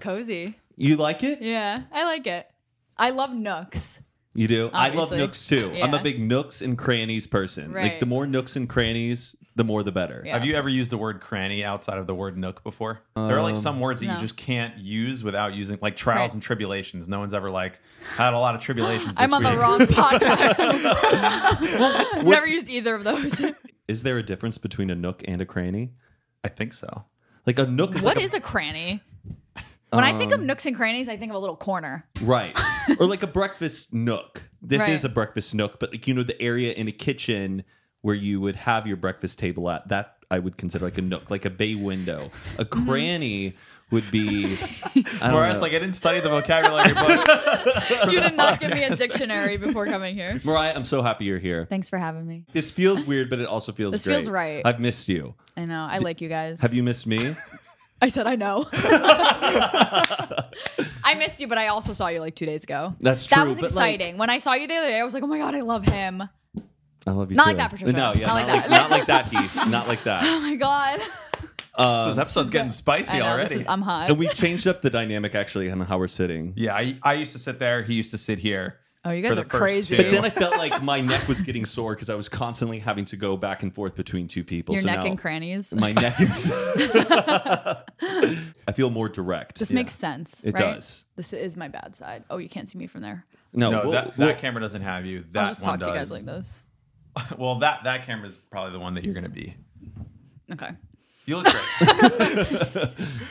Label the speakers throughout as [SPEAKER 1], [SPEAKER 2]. [SPEAKER 1] cozy.
[SPEAKER 2] You like it?
[SPEAKER 1] Yeah, I like it. I love nooks.
[SPEAKER 2] You do. I love
[SPEAKER 1] Obviously.
[SPEAKER 2] nooks too. I'm a
[SPEAKER 1] Yeah.
[SPEAKER 2] big nooks and crannies person. Like
[SPEAKER 1] Right.
[SPEAKER 2] the more nooks and crannies, the more the better.
[SPEAKER 1] Yeah.
[SPEAKER 3] Have you ever used the word cranny outside of the word nook before? there are like some words that you
[SPEAKER 1] Um, no.
[SPEAKER 3] just can't use without using like trials
[SPEAKER 1] Right.
[SPEAKER 3] and tribulations. No one's ever like had a lot of tribulations.
[SPEAKER 1] I'm
[SPEAKER 3] this
[SPEAKER 1] on the
[SPEAKER 3] week.
[SPEAKER 1] wrong podcast. Never
[SPEAKER 2] What's-
[SPEAKER 1] used either of those.
[SPEAKER 2] Is there a difference between a nook and a cranny?
[SPEAKER 3] I think so.
[SPEAKER 2] Like a Um, nook is
[SPEAKER 1] What
[SPEAKER 2] like
[SPEAKER 1] is a cranny? When I think of nooks and crannies, I think of a little corner.
[SPEAKER 2] a, right, or like a breakfast nook. This
[SPEAKER 1] Right.
[SPEAKER 2] is a breakfast nook, but like you know the area in a kitchen where you would have your breakfast table at that I would consider like a nook, like a bay window. A
[SPEAKER 1] Mm-hmm.
[SPEAKER 2] cranny would be. I don't
[SPEAKER 3] Whereas
[SPEAKER 2] know.
[SPEAKER 3] like I didn't study the vocabulary book.
[SPEAKER 1] You did not give me a dictionary before coming here.
[SPEAKER 2] Mariah, I'm so happy you're here.
[SPEAKER 1] Thanks for having me.
[SPEAKER 2] This feels weird, but it also feels
[SPEAKER 1] This feels
[SPEAKER 2] great.
[SPEAKER 1] right.
[SPEAKER 2] I've missed you.
[SPEAKER 1] I know. I like you guys.
[SPEAKER 2] Have you missed me?
[SPEAKER 1] I said I know. I missed you, but I also saw you like two days ago.
[SPEAKER 2] That's
[SPEAKER 1] That
[SPEAKER 2] true,
[SPEAKER 1] was
[SPEAKER 2] but, like-
[SPEAKER 1] exciting. when I saw you the other day, I was like, oh my God, I love him.
[SPEAKER 2] I love you
[SPEAKER 1] Not
[SPEAKER 2] too.
[SPEAKER 1] like that, Patricia.
[SPEAKER 2] No, yeah, not,
[SPEAKER 1] Not like
[SPEAKER 2] like,
[SPEAKER 1] that.
[SPEAKER 2] not like that, Heath. Not like that. Uh,
[SPEAKER 1] Oh my God.
[SPEAKER 3] this episode's getting
[SPEAKER 1] I
[SPEAKER 3] spicy
[SPEAKER 1] know. This
[SPEAKER 3] already.
[SPEAKER 1] is, um, I'm hot.
[SPEAKER 2] And we changed up the dynamic actually on how we're sitting.
[SPEAKER 3] yeah, I, I used to sit there. He used to sit here.
[SPEAKER 1] oh, you
[SPEAKER 3] for
[SPEAKER 1] guys
[SPEAKER 3] the
[SPEAKER 1] are
[SPEAKER 3] first
[SPEAKER 1] crazy.
[SPEAKER 3] two. But
[SPEAKER 2] Then I felt like my neck was getting sore because I was constantly having to go back and forth between two people.
[SPEAKER 1] Your
[SPEAKER 2] so
[SPEAKER 1] neck
[SPEAKER 2] now
[SPEAKER 1] and crannies.
[SPEAKER 2] My neck. I feel more direct.
[SPEAKER 1] This
[SPEAKER 2] Yeah.
[SPEAKER 1] makes sense.
[SPEAKER 2] It
[SPEAKER 1] right?
[SPEAKER 2] does.
[SPEAKER 1] This is my bad side. Oh, you can't see me from there.
[SPEAKER 2] No,
[SPEAKER 3] No,
[SPEAKER 2] we'll-
[SPEAKER 3] that, that
[SPEAKER 2] we'll-
[SPEAKER 3] camera doesn't have you. That
[SPEAKER 1] I'll just
[SPEAKER 3] one
[SPEAKER 1] talk
[SPEAKER 3] does.
[SPEAKER 1] to you guys like this.
[SPEAKER 3] Well, that that camera's probably the one that you're gonna be.
[SPEAKER 1] Okay.
[SPEAKER 3] You look great.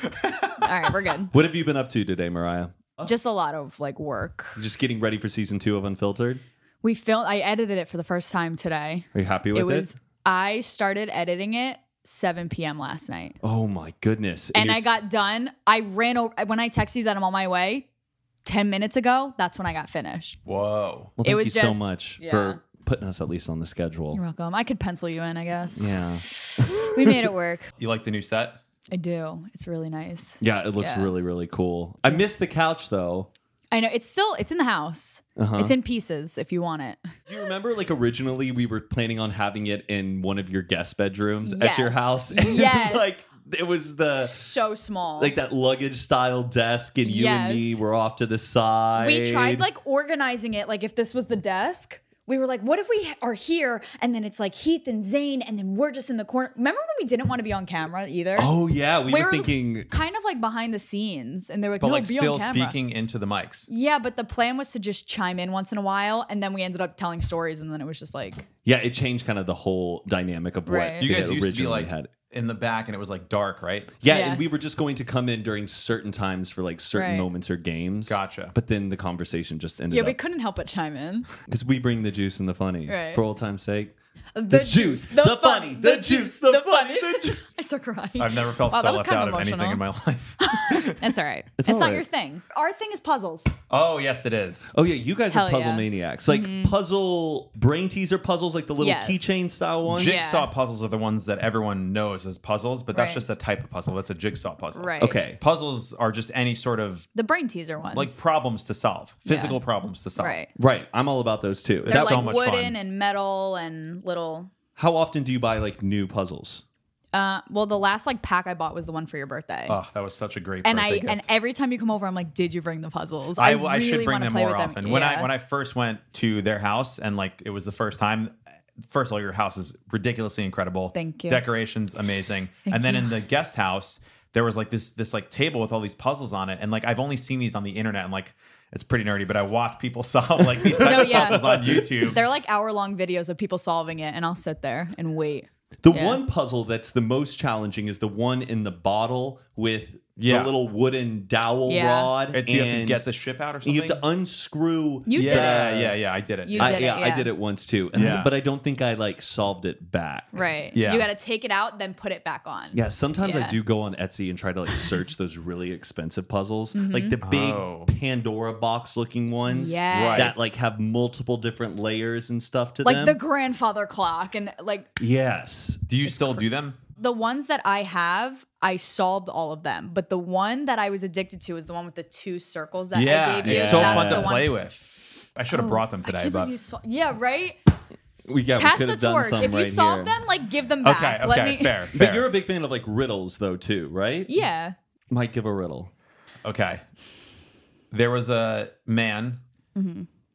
[SPEAKER 1] All right, we're good.
[SPEAKER 2] what have you been up to today, Mariah?
[SPEAKER 1] Just a lot of like work.
[SPEAKER 2] Just getting ready for season two of Unfiltered.
[SPEAKER 1] We filmed. I edited it for the first time today.
[SPEAKER 2] Are you happy with
[SPEAKER 1] it
[SPEAKER 2] it?
[SPEAKER 1] was. I started editing it 7 p.m. last night.
[SPEAKER 2] Oh my goodness!
[SPEAKER 1] and
[SPEAKER 2] you're
[SPEAKER 1] I
[SPEAKER 2] s-
[SPEAKER 1] got done. I ran over when I texted you that I'm on my way 10 minutes ago. That's when I got finished.
[SPEAKER 3] Whoa.
[SPEAKER 2] Well,
[SPEAKER 1] it
[SPEAKER 2] thank
[SPEAKER 1] was
[SPEAKER 2] you so
[SPEAKER 1] just-
[SPEAKER 2] much
[SPEAKER 1] yeah.
[SPEAKER 2] for putting us at least on the schedule.
[SPEAKER 1] You're welcome. I could pencil you in, I guess.
[SPEAKER 2] Yeah.
[SPEAKER 1] We made it work.
[SPEAKER 3] You like the new set?
[SPEAKER 1] I do. It's really nice.
[SPEAKER 2] Yeah, it looks
[SPEAKER 1] Yeah.
[SPEAKER 2] really, really cool. I miss the couch though.
[SPEAKER 1] I know it's still it's in the house. It's in pieces if you want it.
[SPEAKER 2] Do you remember like originally we were planning on having it in one of your guest bedrooms at your
[SPEAKER 1] Yes.
[SPEAKER 2] house?
[SPEAKER 1] Yes.
[SPEAKER 2] like it was the
[SPEAKER 1] So small.
[SPEAKER 2] Uh, like that luggage style desk and you and me
[SPEAKER 1] Yes.
[SPEAKER 2] were off to the side.
[SPEAKER 1] we tried like organizing it like if this was the desk. We were like, what if we are here and then it's like Heath and Zane and then we're just in the corner. Remember when we didn't want to be on camera either?
[SPEAKER 2] Oh yeah, we
[SPEAKER 1] We
[SPEAKER 2] were
[SPEAKER 1] were-
[SPEAKER 2] thinking
[SPEAKER 1] Kind of like behind the scenes and they were like,
[SPEAKER 3] But
[SPEAKER 1] no,
[SPEAKER 3] like
[SPEAKER 1] be
[SPEAKER 3] still
[SPEAKER 1] on camera.
[SPEAKER 3] speaking into the mics.
[SPEAKER 1] Yeah, but the plan was to just chime in once in a while, and then we ended up telling stories, and then it was just like,
[SPEAKER 2] Yeah, it changed kind of the whole dynamic of what
[SPEAKER 1] Right.
[SPEAKER 3] You
[SPEAKER 2] they
[SPEAKER 3] guys used to be
[SPEAKER 2] originally
[SPEAKER 3] like
[SPEAKER 2] had.
[SPEAKER 3] in the back, and it was like dark, right?
[SPEAKER 2] Yeah,
[SPEAKER 1] Yeah.
[SPEAKER 2] and we were just going to come in during certain times for like certain
[SPEAKER 1] Right.
[SPEAKER 2] moments or games.
[SPEAKER 3] Gotcha.
[SPEAKER 2] But then the conversation just ended
[SPEAKER 1] yeah, we
[SPEAKER 2] up
[SPEAKER 1] couldn't help but chime in.
[SPEAKER 2] because we bring the juice and the funny
[SPEAKER 1] Right.
[SPEAKER 2] for old time's sake.
[SPEAKER 1] The,
[SPEAKER 2] juice, the funny, the juice, the funny, the juice.
[SPEAKER 1] I start crying.
[SPEAKER 3] I've never felt
[SPEAKER 1] Wow,
[SPEAKER 3] so
[SPEAKER 1] that was
[SPEAKER 3] left
[SPEAKER 1] kind
[SPEAKER 3] out
[SPEAKER 1] of
[SPEAKER 3] of anything
[SPEAKER 1] emotional.
[SPEAKER 3] in my life.
[SPEAKER 1] That's all right.
[SPEAKER 2] It's
[SPEAKER 1] It's,
[SPEAKER 2] all
[SPEAKER 1] not
[SPEAKER 2] right.
[SPEAKER 1] your thing. Our thing is puzzles.
[SPEAKER 3] oh yes, it is.
[SPEAKER 2] Oh yeah, you guys are
[SPEAKER 1] Hell
[SPEAKER 2] puzzle
[SPEAKER 1] yeah. Mm-hmm.
[SPEAKER 2] maniacs. Like puzzle brain teaser puzzles, like the little
[SPEAKER 1] Yes.
[SPEAKER 2] keychain style ones.
[SPEAKER 1] Just-
[SPEAKER 3] Jigsaw puzzles are the ones that everyone knows as puzzles, but that's
[SPEAKER 1] Right.
[SPEAKER 3] just a type of puzzle. That's a jigsaw puzzle.
[SPEAKER 1] Right.
[SPEAKER 2] Okay.
[SPEAKER 3] Puzzles are just any sort of
[SPEAKER 1] The brain teaser ones.
[SPEAKER 3] like problems to solve, physical problems to solve.
[SPEAKER 1] right.
[SPEAKER 2] Right. I'm all about those too.
[SPEAKER 1] They're
[SPEAKER 2] That-
[SPEAKER 3] so
[SPEAKER 1] like
[SPEAKER 3] much
[SPEAKER 1] wooden
[SPEAKER 3] fun.
[SPEAKER 1] and metal and little.
[SPEAKER 2] how often do you buy like new puzzles?
[SPEAKER 1] Uh, well, the last like pack I bought was the one for your birthday.
[SPEAKER 3] Oh, that was such a great
[SPEAKER 1] and I
[SPEAKER 3] birthday gift.
[SPEAKER 1] and every time you come over, I'm like, "Did you bring the puzzles?"
[SPEAKER 3] I, I should
[SPEAKER 1] really
[SPEAKER 3] bring
[SPEAKER 1] wanna
[SPEAKER 3] them
[SPEAKER 1] play
[SPEAKER 3] more
[SPEAKER 1] with
[SPEAKER 3] often. When I
[SPEAKER 1] Yeah.
[SPEAKER 3] when I first went to their house and like it was the first time. First of all, your house is ridiculously incredible.
[SPEAKER 1] Thank you.
[SPEAKER 3] Decorations amazing. and then in the guest house, there was like this this like table with all these puzzles on it. And like I've only seen these on the internet and like it's pretty nerdy, but I watch people solve like these type
[SPEAKER 1] No,
[SPEAKER 3] of
[SPEAKER 1] yeah.
[SPEAKER 3] puzzles on YouTube.
[SPEAKER 1] They're like hour long videos of people solving it, and I'll sit there and wait.
[SPEAKER 2] The
[SPEAKER 1] Yeah.
[SPEAKER 2] one puzzle that's the most challenging is the one in the bottle with
[SPEAKER 3] Yeah.
[SPEAKER 2] the little wooden dowel
[SPEAKER 1] Yeah.
[SPEAKER 2] rod.
[SPEAKER 3] it's you have to
[SPEAKER 2] and
[SPEAKER 3] get the ship out or something.
[SPEAKER 2] you uh, have to unscrew.
[SPEAKER 1] You did
[SPEAKER 3] yeah,
[SPEAKER 1] it.
[SPEAKER 3] yeah, yeah. I did it.
[SPEAKER 1] You
[SPEAKER 3] I-
[SPEAKER 2] I,
[SPEAKER 1] did it,
[SPEAKER 2] yeah, I
[SPEAKER 1] yeah.
[SPEAKER 2] did it once too, and
[SPEAKER 3] Yeah.
[SPEAKER 2] but I don't think I like solved it back.
[SPEAKER 1] Right.
[SPEAKER 3] Yeah.
[SPEAKER 1] You got to take it out, then put it back on.
[SPEAKER 2] Yeah, sometimes I
[SPEAKER 1] Yeah.
[SPEAKER 2] do go on Etsy and try to like search those really expensive puzzles,
[SPEAKER 1] Mm-hmm.
[SPEAKER 2] like the big
[SPEAKER 3] Oh.
[SPEAKER 2] Pandora box looking ones
[SPEAKER 1] Yes.
[SPEAKER 2] that like have multiple different layers and stuff to
[SPEAKER 1] Like
[SPEAKER 2] them.
[SPEAKER 1] the grandfather clock. And like
[SPEAKER 2] yes,
[SPEAKER 3] do you still do them?
[SPEAKER 1] the ones that I have, I solved all of them. But the one that I was addicted to is the one with the two circles that I
[SPEAKER 3] yeah,
[SPEAKER 1] gave
[SPEAKER 3] it's
[SPEAKER 1] you.
[SPEAKER 2] yeah.
[SPEAKER 3] so
[SPEAKER 1] That's
[SPEAKER 3] fun
[SPEAKER 1] the
[SPEAKER 3] to
[SPEAKER 1] one- Oh,
[SPEAKER 3] play with. I should have brought them
[SPEAKER 1] I
[SPEAKER 3] today,
[SPEAKER 1] can't
[SPEAKER 3] but
[SPEAKER 1] believe you sol- yeah, right?
[SPEAKER 2] we yeah,
[SPEAKER 1] Pass
[SPEAKER 2] we could
[SPEAKER 1] the
[SPEAKER 2] have done
[SPEAKER 1] torch.
[SPEAKER 2] some
[SPEAKER 1] If you
[SPEAKER 2] right
[SPEAKER 1] solve
[SPEAKER 2] here.
[SPEAKER 1] them, like give them
[SPEAKER 3] okay,
[SPEAKER 1] back. Let
[SPEAKER 3] okay,
[SPEAKER 1] me-
[SPEAKER 3] fair, fair.
[SPEAKER 2] But you're a big fan of like riddles though too, right?
[SPEAKER 1] Yeah.
[SPEAKER 2] Might give a riddle.
[SPEAKER 3] Okay. There was a man,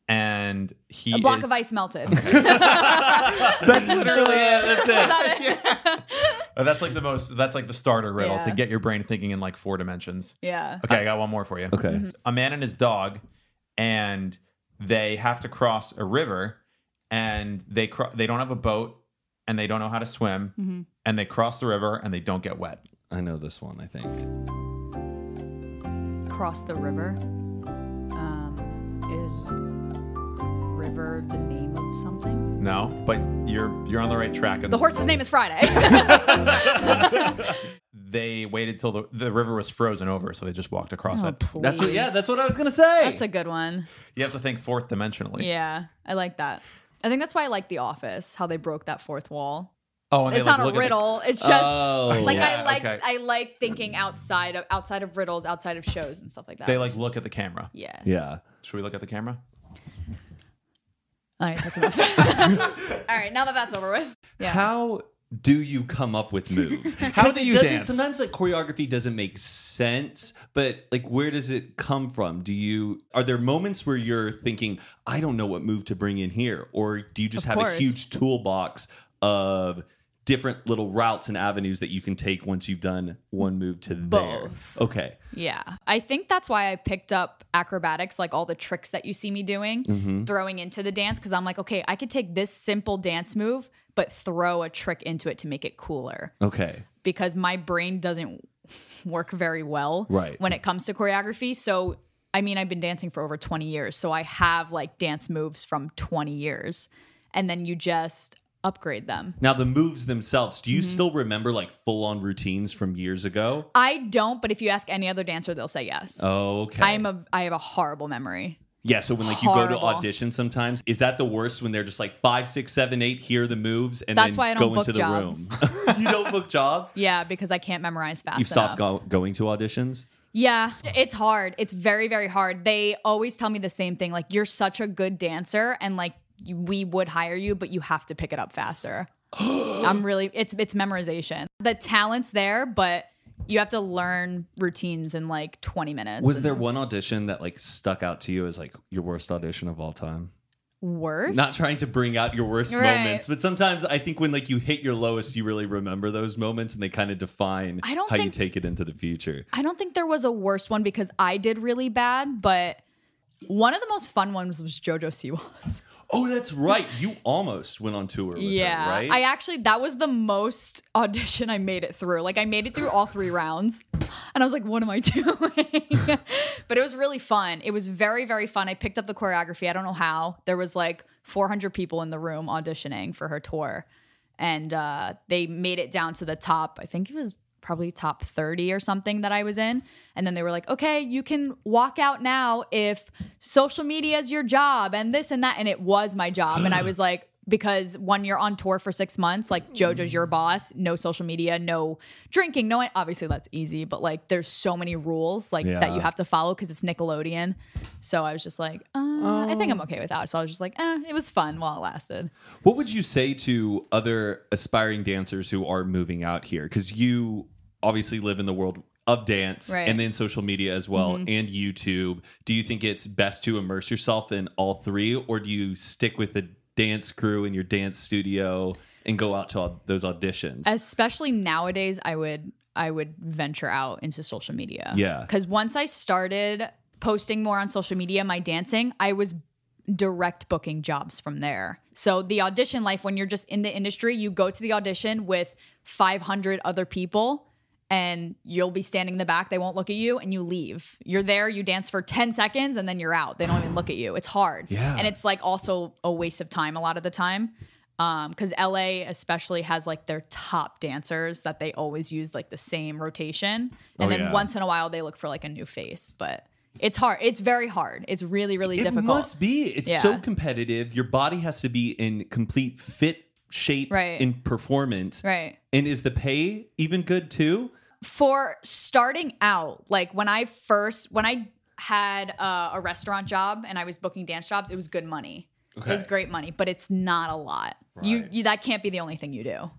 [SPEAKER 3] and he
[SPEAKER 1] a block
[SPEAKER 3] is-
[SPEAKER 1] of ice melted.
[SPEAKER 3] That's literally it. That's it.
[SPEAKER 1] Got it?
[SPEAKER 3] Oh, that's like the most. That's like the starter riddle to
[SPEAKER 1] Yeah.
[SPEAKER 3] get your brain thinking in like four dimensions.
[SPEAKER 1] Yeah.
[SPEAKER 3] Okay, I got one more for you.
[SPEAKER 2] Okay.
[SPEAKER 1] Mm-hmm.
[SPEAKER 3] a man and his dog, and they have to cross a river, and they cro- they don't have a boat, and they don't know how to swim,
[SPEAKER 1] Mm-hmm.
[SPEAKER 3] and they cross the river and they don't get wet.
[SPEAKER 2] I know this one, I think.
[SPEAKER 1] Cross the river. Um, is river the name of something?
[SPEAKER 3] No, but you're you're on the right track.
[SPEAKER 1] The horse's name is Friday.
[SPEAKER 3] They waited till the, the river was frozen over, so they just walked across
[SPEAKER 1] Oh,
[SPEAKER 3] it.
[SPEAKER 2] That's what yeah,
[SPEAKER 1] please.
[SPEAKER 2] that's what I was gonna say.
[SPEAKER 1] That's a good one.
[SPEAKER 3] You have to think fourth dimensionally.
[SPEAKER 1] Yeah, I like that. I think that's why I like The Office, how they broke that fourth wall.
[SPEAKER 3] Oh, and
[SPEAKER 1] It's
[SPEAKER 3] they, like,
[SPEAKER 1] not
[SPEAKER 3] look
[SPEAKER 1] a
[SPEAKER 3] at the-
[SPEAKER 1] riddle. It's just
[SPEAKER 2] oh,
[SPEAKER 1] like
[SPEAKER 3] Yeah,
[SPEAKER 1] I like
[SPEAKER 3] okay.
[SPEAKER 1] I like thinking outside of outside of riddles, outside of shows and stuff like that.
[SPEAKER 3] they like look at the camera.
[SPEAKER 1] yeah.
[SPEAKER 2] yeah.
[SPEAKER 3] Should we look at the camera?
[SPEAKER 1] All right, that's enough. All right, now that that's over with. Yeah.
[SPEAKER 2] How do you come up with moves? How
[SPEAKER 3] do you dance?
[SPEAKER 2] Sometimes like choreography doesn't make sense, but like where does it come from? Do you are there moments where you're thinking, I don't know what move to bring in here, or do you just
[SPEAKER 1] Of
[SPEAKER 2] have a
[SPEAKER 1] course.
[SPEAKER 2] huge toolbox of different little routes and avenues that you can take once you've done one move to there?
[SPEAKER 1] Both.
[SPEAKER 2] Okay.
[SPEAKER 1] Yeah. I think that's why I picked up acrobatics, like all the tricks that you see me doing,
[SPEAKER 3] Mm-hmm.
[SPEAKER 1] throwing into the dance, because I'm like, okay, I could take this simple dance move, but throw a trick into it to make it cooler.
[SPEAKER 2] Okay.
[SPEAKER 1] because my brain doesn't work very well
[SPEAKER 2] Right.
[SPEAKER 1] when it comes to choreography. So, I mean, I've been dancing for over 20 years, so I have like dance moves from 20 years, and then you just upgrade them.
[SPEAKER 2] Now the moves themselves, do you
[SPEAKER 1] Mm-hmm.
[SPEAKER 2] still remember like full on routines from years ago?
[SPEAKER 1] I don't, but if you ask any other dancer, they'll say yes.
[SPEAKER 2] Okay.
[SPEAKER 1] I'm a I have a horrible memory.
[SPEAKER 2] Yeah, so when like you go to
[SPEAKER 1] Horrible.
[SPEAKER 2] audition sometimes, is that the worst when they're just like five, six, seven, eight, here are the moves, and
[SPEAKER 1] That's
[SPEAKER 2] then
[SPEAKER 1] why I
[SPEAKER 2] go
[SPEAKER 1] don't book
[SPEAKER 2] into the
[SPEAKER 1] jobs.
[SPEAKER 2] room? you don't book jobs?
[SPEAKER 1] Yeah, because I can't memorize fast.
[SPEAKER 2] You've stopped
[SPEAKER 1] enough.
[SPEAKER 2] go- going to auditions?
[SPEAKER 1] Yeah, it's hard. It's very, very hard. They always tell me the same thing like, you're such a good dancer, and like, you- we would hire you, but you have to pick it up faster. I'm really, it's, it's memorization. The talent's there, but you have to learn routines in like 20 minutes.
[SPEAKER 2] Was there one audition that like stuck out to you as like your worst audition of all time?
[SPEAKER 1] worse?
[SPEAKER 2] Not trying to bring out your worst
[SPEAKER 1] Right.
[SPEAKER 2] moments, but sometimes I think when like you hit your lowest, you really remember those moments and they kind of define
[SPEAKER 1] I don't
[SPEAKER 2] how you
[SPEAKER 1] think-
[SPEAKER 2] take it into the future.
[SPEAKER 1] I don't think there was a worse one because I did really bad, but one of the most fun ones was JoJo Siwa's.
[SPEAKER 2] Oh, that's right. You almost went on tour with
[SPEAKER 1] Yeah.
[SPEAKER 2] her, right?
[SPEAKER 1] I actually that was the most audition I made it through. Like I made it through all three rounds. And I was like, what am I doing? but it was really fun. It was very, very fun. I picked up the choreography. I don't know how. There was like 400 people in the room auditioning for her tour. And uh, they made it down to the top. I think it was probably top 30 or something that I was in. And then they were like, okay, you can walk out now if social media is your job and this and that. And it was my job. And I was like, because when you're on tour for six months, like JoJo's your boss, no social media, no drinking, no, obviously that's easy, but like there's so many rules like that you
[SPEAKER 2] Yeah.
[SPEAKER 1] have to follow because it's Nickelodeon. So I was just like, uh, I think I'm okay with that. So I was just like, eh, it was fun while it lasted.
[SPEAKER 2] What would you say to other aspiring dancers who are moving out here? Because you obviously live in the world of dance
[SPEAKER 1] Right. Mm-hmm.
[SPEAKER 2] and then social media as well and YouTube. Do you think it's best to immerse yourself in all three or do you stick with the dance crew in your dance studio and go out to all those auditions?
[SPEAKER 1] especially nowadays i would i would venture out into social media
[SPEAKER 2] Yeah.
[SPEAKER 1] because once i started posting more on social media my dancing i was direct booking jobs from there so the audition life when you're just in the industry you go to the audition with 500 other people and you'll be standing in the back they won't look at you and you leave you're there you dance for 10 seconds and then you're out they don't even look at you it's hard
[SPEAKER 2] Yeah.
[SPEAKER 1] and it's like also a waste of time a lot of the time um because la especially has like their top dancers that they always use like the same rotation and
[SPEAKER 2] Oh,
[SPEAKER 1] then
[SPEAKER 2] yeah.
[SPEAKER 1] once in a while they look for like a new face but it's hard it's very hard it's really really
[SPEAKER 2] it
[SPEAKER 1] difficult
[SPEAKER 2] must be. It's
[SPEAKER 1] Yeah.
[SPEAKER 2] so competitive. Your body has to be in complete fit shape
[SPEAKER 1] Right.
[SPEAKER 2] in performance.
[SPEAKER 1] right
[SPEAKER 2] And is the pay even good too?
[SPEAKER 1] for starting out like when i first when i had uh, a restaurant job and i was booking dance jobs it was good money it was
[SPEAKER 2] Okay.
[SPEAKER 1] great money but it's not a lot you,
[SPEAKER 2] Right.
[SPEAKER 1] you that can't be the only thing you do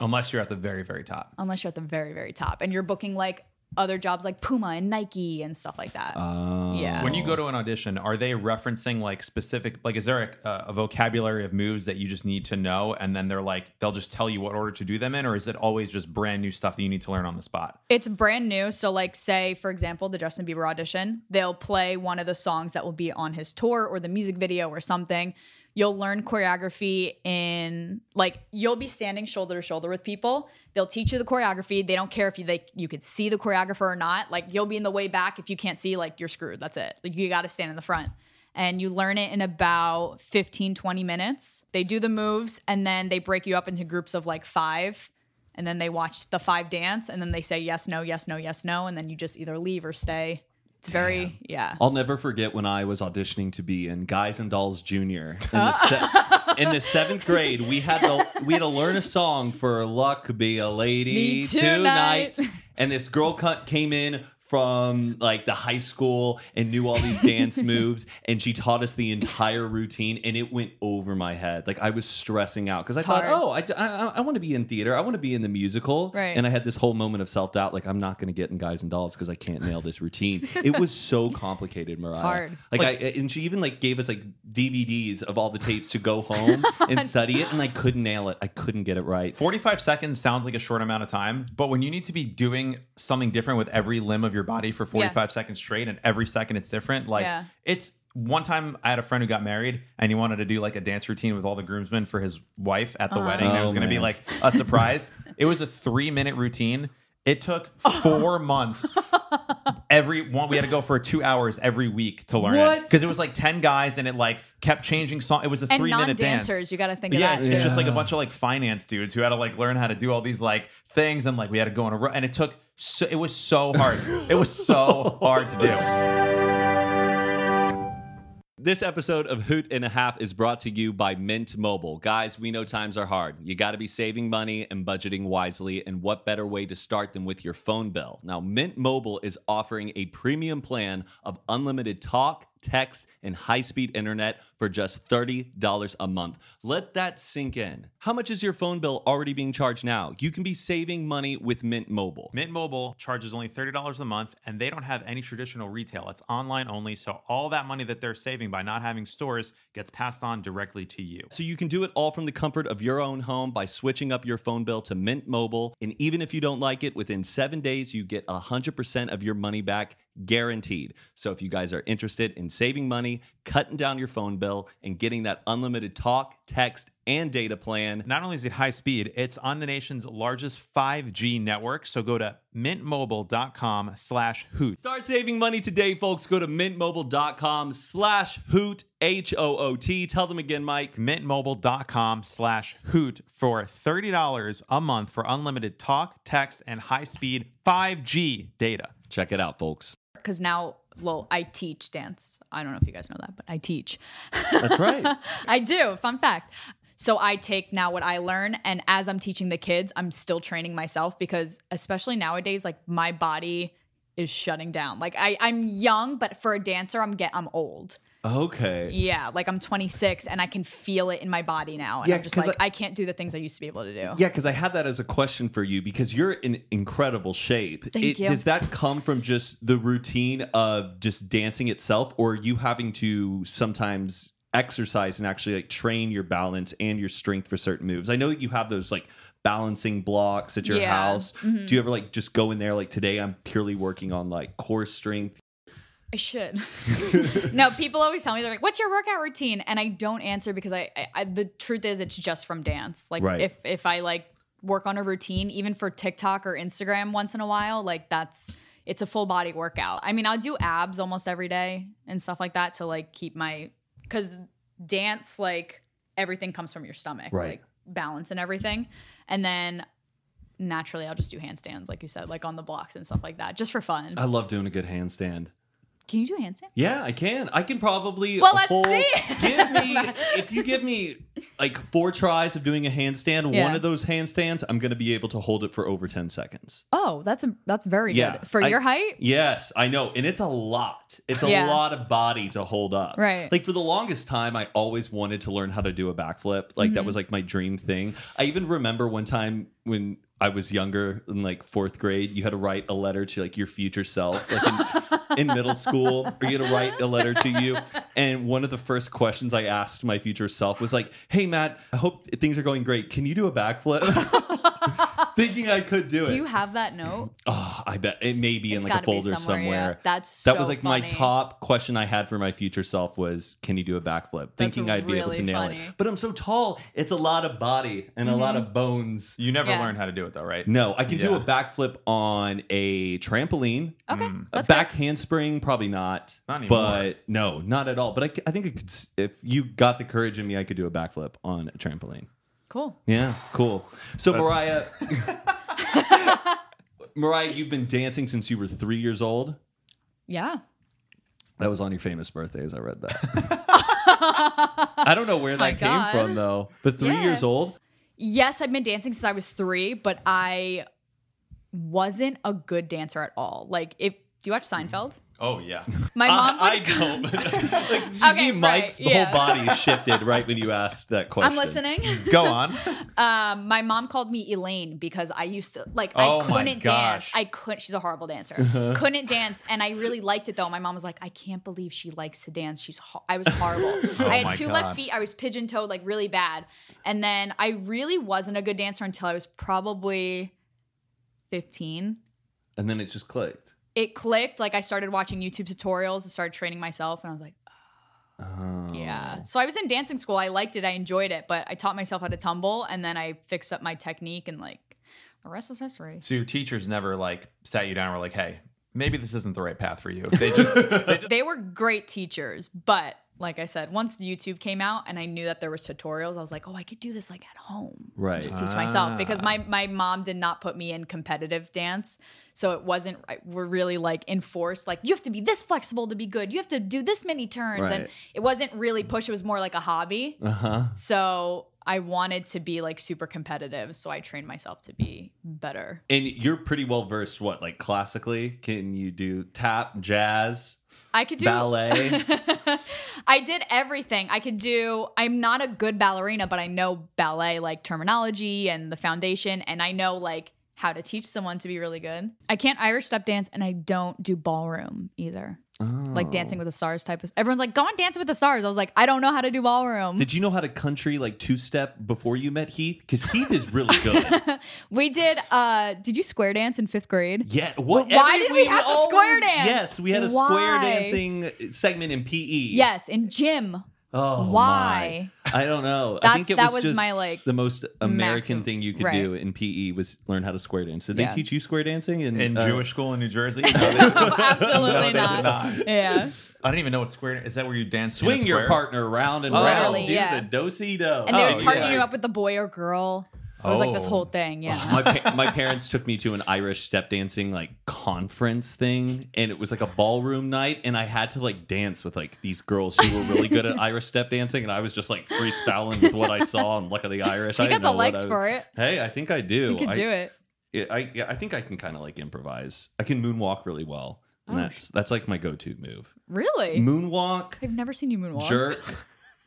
[SPEAKER 3] Unless you're at the very very top.
[SPEAKER 1] unless you're at the very very top and you're booking like other jobs like Puma and Nike and stuff like
[SPEAKER 2] Oh,
[SPEAKER 1] that. yeah.
[SPEAKER 3] When you go to an audition, are they referencing like specific, like, is there a, a vocabulary of moves that you just need to know? And then they're like, they'll just tell you what order to do them in? Or is it always just brand new stuff that you need to learn on the spot?
[SPEAKER 1] It's brand new. So, like, say, for example, the Justin Bieber audition, they'll play one of the songs that will be on his tour or the music video or something. You'll learn choreography in, like, you'll be standing shoulder to shoulder with people. They'll teach you the choreography. They don't care if you, like, you could see the choreographer or not. Like, you'll be in the way back. If you can't see, like, you're screwed. That's it. Like, you got to stand in the front. And you learn it in about 15, 20 minutes. They do the moves and then they break you up into groups of like five and then they watch the five dance and then they say yes no yes no yes no and then you just either leave or stay it's very yeah
[SPEAKER 2] I'll never forget when I was auditioning to be in Guys and Dolls Jr. In the, se- in the seventh grade, we had to we had to learn a song for "Luck Be a Lady
[SPEAKER 1] Me
[SPEAKER 2] tonight.
[SPEAKER 1] tonight.
[SPEAKER 2] and this girl cut came in from like the high school and knew all these dance moves, and she taught us the entire routine, and it went over my head. Like I was stressing out because I thought,
[SPEAKER 1] hard.
[SPEAKER 2] oh, I, want to be in theater, I want to be in the musical,
[SPEAKER 1] Right.
[SPEAKER 2] and I had this whole moment of self doubt, like I'm not going to get in Guys and Dolls because I can't nail this routine. It was so complicated, Mariah.
[SPEAKER 1] hard.
[SPEAKER 2] Like, I and she even like gave us like DVDs of all the tapes to go home and study it, and I couldn't nail it. I couldn't get it right.
[SPEAKER 3] 45 seconds sounds like a short amount of time, but when you need to be doing something different with every limb of your body for 45 seconds straight and every second it's different, like
[SPEAKER 1] Yeah.
[SPEAKER 3] it's one time I had a friend who got married and he wanted to do like a dance routine with all the groomsmen for his wife at the wedding. There
[SPEAKER 2] Oh,
[SPEAKER 3] was going to be
[SPEAKER 2] man.
[SPEAKER 3] like a surprise. it was a three minute routine. It took four months. Every one we had to go for two hours every week to learn it
[SPEAKER 2] What?
[SPEAKER 3] because it was like ten guys and it like kept changing song. It was a
[SPEAKER 1] and
[SPEAKER 3] three minute dance.
[SPEAKER 1] non-dancers you got to think
[SPEAKER 3] Yeah,
[SPEAKER 1] of
[SPEAKER 3] it's
[SPEAKER 1] that too.
[SPEAKER 3] just like a bunch of like finance dudes who had to like learn how to do all these like things, and like we had to go on a run, and it took so it was so hard. it was so hard to do.
[SPEAKER 2] This episode of Hoot and a Half is brought to you by Mint Mobile. Guys, we know times are hard. You got to be saving money and budgeting wisely, and what better way to start than with your phone bill? Now, Mint Mobile is offering a premium plan of unlimited talk, text, and high speed internet for just $30 a month. Let that sink in. How much is your phone bill already being charged now? You can be saving money with Mint Mobile.
[SPEAKER 3] Mint Mobile charges only thirty dollars a month, and they don't have any traditional retail. It's online only, so all that money that they're saving by not having stores gets passed on directly to you.
[SPEAKER 2] So you can do it all from the comfort of your own home by switching up your phone bill to Mint Mobile. And even if you don't like it, within seven days, you get 100% of your money back guaranteed. So if you guys are interested in saving money, cutting down your phone bill, and getting that unlimited talk, text, and data plan,
[SPEAKER 3] Not only is it high speed, it's on the nation's largest 5G network. So go to mintmobile.com slash hoot.
[SPEAKER 2] Start saving money today, folks. Go to mintmobile.com slash hoot, H O O T. Tell them again, Mike.
[SPEAKER 3] mintmobile.com slash hoot for $30 a month for unlimited talk, text, and high-speed 5G data.
[SPEAKER 2] Check it out, folks.
[SPEAKER 1] because now well i teach dance i don't know if you guys know that but i teach
[SPEAKER 2] That's right.
[SPEAKER 1] i do fun fact so i take now what i learn and as i'm teaching the kids i'm still training myself because especially nowadays like my body is shutting down like I, i'm young but for a dancer i'm get i'm old
[SPEAKER 2] okay.
[SPEAKER 1] yeah like i'm 26 and i can feel it in my body now and
[SPEAKER 2] Yeah,
[SPEAKER 1] i'm just
[SPEAKER 2] 'cause
[SPEAKER 1] like
[SPEAKER 2] I-
[SPEAKER 1] I, can't do the things i used to be able to do
[SPEAKER 2] Yeah, because I had that as a question for you because you're in incredible shape.
[SPEAKER 1] Thank
[SPEAKER 2] it,
[SPEAKER 1] you.
[SPEAKER 2] Does that come from just the routine of just dancing itself, or you having to sometimes exercise and actually like train your balance and your strength for certain moves? I know you have those like balancing blocks at your
[SPEAKER 1] Yeah. Mm-hmm.
[SPEAKER 2] house. Do you ever like just go in there like today? I'm purely working on like core strength.
[SPEAKER 1] I should. no, people always tell me they're like, "What's your workout routine?" And I don't answer because I, I, I the truth is it's just from dance. Like
[SPEAKER 2] Right.
[SPEAKER 1] if if I like work on a routine, even for TikTok or Instagram once in a while, like that's it's a full body workout. I mean, I'll do abs almost every day and stuff like that to like keep my because dance like everything comes from your stomach,
[SPEAKER 2] Right.
[SPEAKER 1] Like balance and everything, and then. Naturally, I'll just do handstands, like you said, like on the blocks and stuff like that, just for fun.
[SPEAKER 2] I love doing a good handstand.
[SPEAKER 1] Can you do a handstand?
[SPEAKER 2] Yeah, I can. I can probably.
[SPEAKER 1] Well, let's
[SPEAKER 2] hold-
[SPEAKER 1] see.
[SPEAKER 2] Give me if you give me like four tries of doing a handstand. One
[SPEAKER 1] Yeah.
[SPEAKER 2] of those handstands, I'm going to be able to hold it for over ten seconds.
[SPEAKER 1] Oh, that's a, that's very
[SPEAKER 2] Yeah,
[SPEAKER 1] good for
[SPEAKER 2] I-
[SPEAKER 1] your height.
[SPEAKER 2] Yes, I know, and it's a lot. It's a
[SPEAKER 1] Yeah.
[SPEAKER 2] lot of body to hold up.
[SPEAKER 1] Right.
[SPEAKER 2] Like for the longest time, I always
[SPEAKER 1] Mm-hmm.
[SPEAKER 2] wanted to learn how to do a backflip. Like that was like my dream thing. I even remember one time when I was younger in like fourth grade, you had to write a letter to like your future self. Like in, in middle school, or you had to write a letter to you. And one of the first questions I asked my future self was like, Hey Matt, I hope things are going great. Can you do a backflip? Thinking I could do,
[SPEAKER 1] Do
[SPEAKER 2] it.
[SPEAKER 1] you have that note?
[SPEAKER 2] oh, I bet it may be
[SPEAKER 1] It's
[SPEAKER 2] in like a
[SPEAKER 1] gotta be
[SPEAKER 2] folder
[SPEAKER 1] somewhere, yeah. That's
[SPEAKER 2] that
[SPEAKER 1] so
[SPEAKER 2] was like my
[SPEAKER 1] funny.
[SPEAKER 2] top question I had for my future self was, can you do a backflip? Thinking I'd be able
[SPEAKER 1] really
[SPEAKER 2] to nail
[SPEAKER 1] funny. Mm-hmm.
[SPEAKER 2] it. But I'm so tall, it's a lot of body and a lot of bones.
[SPEAKER 3] You never
[SPEAKER 1] Yeah.
[SPEAKER 3] learned how to do it though, right?
[SPEAKER 2] No, I can do
[SPEAKER 3] Yeah.
[SPEAKER 2] a backflip on a trampoline.
[SPEAKER 1] Okay,
[SPEAKER 2] A
[SPEAKER 1] that's
[SPEAKER 2] back handspring, probably not.
[SPEAKER 3] Not anymore.
[SPEAKER 2] But no, not at all. But I, c- I think I could, s- if you got the courage in me, I could do a backflip on a trampoline.
[SPEAKER 1] good. Cool.
[SPEAKER 2] Yeah, cool. So
[SPEAKER 3] That's-
[SPEAKER 2] Mariah, Mariah, you've been dancing since you were three years old.
[SPEAKER 1] Yeah.
[SPEAKER 2] That was on your famous birthdays. I read that. I don't know where
[SPEAKER 1] My
[SPEAKER 2] that came
[SPEAKER 1] God.
[SPEAKER 2] from though. But three
[SPEAKER 1] Yeah.
[SPEAKER 2] years old,
[SPEAKER 1] Yes, I've been dancing since I was three, but I wasn't a good dancer at all. Like, if do you watch Seinfeld?
[SPEAKER 3] Oh yeah.
[SPEAKER 1] My mom.
[SPEAKER 2] Uh, I, I
[SPEAKER 1] would-
[SPEAKER 2] don't. like, did you
[SPEAKER 1] Okay,
[SPEAKER 2] see
[SPEAKER 1] right,
[SPEAKER 2] Mike's
[SPEAKER 1] yeah.
[SPEAKER 2] whole body shifted right when you asked that question.
[SPEAKER 1] I'm listening.
[SPEAKER 3] Go on.
[SPEAKER 1] Um, my mom called me Elaine because I used to like
[SPEAKER 3] Oh
[SPEAKER 1] I
[SPEAKER 3] my
[SPEAKER 1] couldn't dance.
[SPEAKER 3] gosh. Uh-huh.
[SPEAKER 1] I couldn't. She's a horrible dancer. Couldn't dance, and I really liked it though. My mom was like, "I can't believe she likes to dance. She's ho-. I was horrible. I
[SPEAKER 3] Oh my
[SPEAKER 1] had two left
[SPEAKER 3] God.
[SPEAKER 1] feet. I was pigeon toed, like really bad. And then I really wasn't a good dancer until I was probably 15.
[SPEAKER 2] And then it just clicked.
[SPEAKER 1] It clicked. Like I started watching YouTube tutorials and started training myself, and I was like,
[SPEAKER 2] Oh.
[SPEAKER 1] yeah. So I was in dancing school. I liked it. I enjoyed it, but I taught myself how to tumble, and then I fixed up my technique, and like the rest is history.
[SPEAKER 3] So your teachers never like sat you down and were like, "Hey, maybe this isn't the right path for you." They just
[SPEAKER 1] They were great teachers, but like I said, once YouTube came out and I knew that there was tutorials, I was like, oh, I could do this like at home.
[SPEAKER 2] Right.
[SPEAKER 1] Just teach myself because
[SPEAKER 3] Ah.
[SPEAKER 1] my my mom did not put me in competitive dance, so it wasn't I- we're really like enforced like you have to be this flexible to be good. You have to do this many turns, and
[SPEAKER 2] Right.
[SPEAKER 1] it wasn't really push. It was more like a hobby.
[SPEAKER 2] Uh huh.
[SPEAKER 1] So I wanted to be like super competitive, so I trained myself to be better.
[SPEAKER 2] And you're pretty well versed. What like classically? Can you do tap, jazz?
[SPEAKER 1] I could do
[SPEAKER 2] Ballet?
[SPEAKER 1] I did everything. I could do. I'm not a good ballerina, but I know ballet like terminology and the foundation, and I know like how to teach someone to be really good. I can't Irish step dance, and I don't do ballroom either.
[SPEAKER 2] Oh.
[SPEAKER 1] Like Dancing with the Stars type of. Everyone's like, "Go on Dancing with the Stars." I was like, "I don't know how to do ballroom."
[SPEAKER 2] Did you know how to country like two step before you met Heath? Because Heath is really good.
[SPEAKER 1] we did. uh Did you square dance in fifth grade?
[SPEAKER 2] Yeah. What,
[SPEAKER 1] Why
[SPEAKER 2] every
[SPEAKER 1] did we
[SPEAKER 2] week
[SPEAKER 1] have to square
[SPEAKER 2] always-
[SPEAKER 1] dance?
[SPEAKER 2] Yes, we had a square
[SPEAKER 1] Why?
[SPEAKER 2] dancing segment in PE.
[SPEAKER 1] Yes, in gym.
[SPEAKER 2] Oh,
[SPEAKER 1] Why?
[SPEAKER 2] my. I don't know. I
[SPEAKER 1] That's-
[SPEAKER 2] think it
[SPEAKER 1] that
[SPEAKER 2] was,
[SPEAKER 1] was
[SPEAKER 2] just
[SPEAKER 1] my, like,
[SPEAKER 2] the most American
[SPEAKER 1] maxim-
[SPEAKER 2] thing you could
[SPEAKER 1] right.
[SPEAKER 2] do in PE was learn how to square dance. Did
[SPEAKER 1] Yeah.
[SPEAKER 2] they teach you square dancing in,
[SPEAKER 3] in
[SPEAKER 2] uh,
[SPEAKER 3] Jewish school in New Jersey. No, they- no, they
[SPEAKER 1] Absolutely
[SPEAKER 3] did
[SPEAKER 1] not. Yeah.
[SPEAKER 3] I don't even know what square is that where you dance. in a
[SPEAKER 2] Swing your
[SPEAKER 3] square?
[SPEAKER 2] partner round and
[SPEAKER 3] Oh,
[SPEAKER 2] round.
[SPEAKER 1] Literally,
[SPEAKER 2] do
[SPEAKER 1] yeah.
[SPEAKER 2] the do si do.
[SPEAKER 1] And they
[SPEAKER 3] Oh,
[SPEAKER 1] would partner
[SPEAKER 3] yeah.
[SPEAKER 1] you up with the boy or girl. It was like this
[SPEAKER 3] Oh.
[SPEAKER 1] whole thing. Yeah.
[SPEAKER 2] my, pa- my parents took me to an Irish step dancing like conference thing, and it was like a ballroom night, and I had to like dance with like these girls who were really good at Irish step dancing, and I was just like freestyling with what I saw and luck of the Irish. I
[SPEAKER 1] You got
[SPEAKER 2] didn't
[SPEAKER 1] the
[SPEAKER 2] know what
[SPEAKER 1] legs
[SPEAKER 2] I was-
[SPEAKER 1] for it.
[SPEAKER 2] Hey, I think I do.
[SPEAKER 1] You could
[SPEAKER 2] I,
[SPEAKER 1] do it.
[SPEAKER 2] it- I yeah, I think I can kind of like improvise. I can moonwalk really well, and
[SPEAKER 1] Oh,
[SPEAKER 2] that's that's like my go-to move.
[SPEAKER 1] Really?
[SPEAKER 2] Moonwalk,
[SPEAKER 1] I've never seen you moonwalk.
[SPEAKER 2] jerk.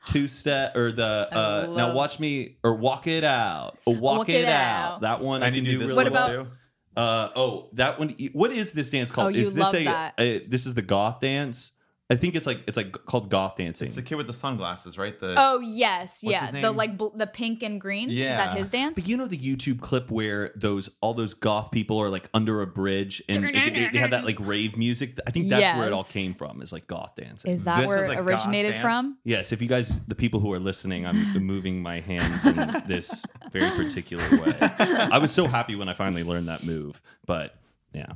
[SPEAKER 2] Two step or the
[SPEAKER 1] I
[SPEAKER 2] uh now
[SPEAKER 1] love-
[SPEAKER 2] watch me or walk it out or walk,
[SPEAKER 1] Walk
[SPEAKER 2] it,
[SPEAKER 1] it
[SPEAKER 2] out.
[SPEAKER 1] out.
[SPEAKER 2] that one I,
[SPEAKER 3] I
[SPEAKER 2] can do
[SPEAKER 3] need to do
[SPEAKER 2] really
[SPEAKER 3] this
[SPEAKER 1] What
[SPEAKER 3] one
[SPEAKER 1] about-
[SPEAKER 3] too.
[SPEAKER 2] uh oh, that one. What is this dance called?
[SPEAKER 1] Oh, you
[SPEAKER 2] is this
[SPEAKER 1] love
[SPEAKER 2] a,
[SPEAKER 1] that.
[SPEAKER 2] a- this is the goth dance? I think it's like it's like called goth dancing.
[SPEAKER 3] It's the kid with the sunglasses, right? The
[SPEAKER 1] Oh yes, yeah.
[SPEAKER 3] his
[SPEAKER 1] The
[SPEAKER 3] name?
[SPEAKER 1] like bl- the pink and green. Is
[SPEAKER 3] Yeah.
[SPEAKER 1] that his dance?
[SPEAKER 2] but you know the YouTube clip where those all those goth people are like under a bridge and they, they- they have that like rave music. I think that's where it all
[SPEAKER 1] Yes.
[SPEAKER 2] came from. Is like goth dancing. Mm.
[SPEAKER 1] is that
[SPEAKER 3] This
[SPEAKER 1] where
[SPEAKER 3] is
[SPEAKER 1] it
[SPEAKER 3] a goth
[SPEAKER 1] originated
[SPEAKER 3] dance?
[SPEAKER 1] from?
[SPEAKER 2] yes. If you guys, the people who are listening, I'm moving my hands in this very particular way. I was so happy when I finally learned that move, but yeah.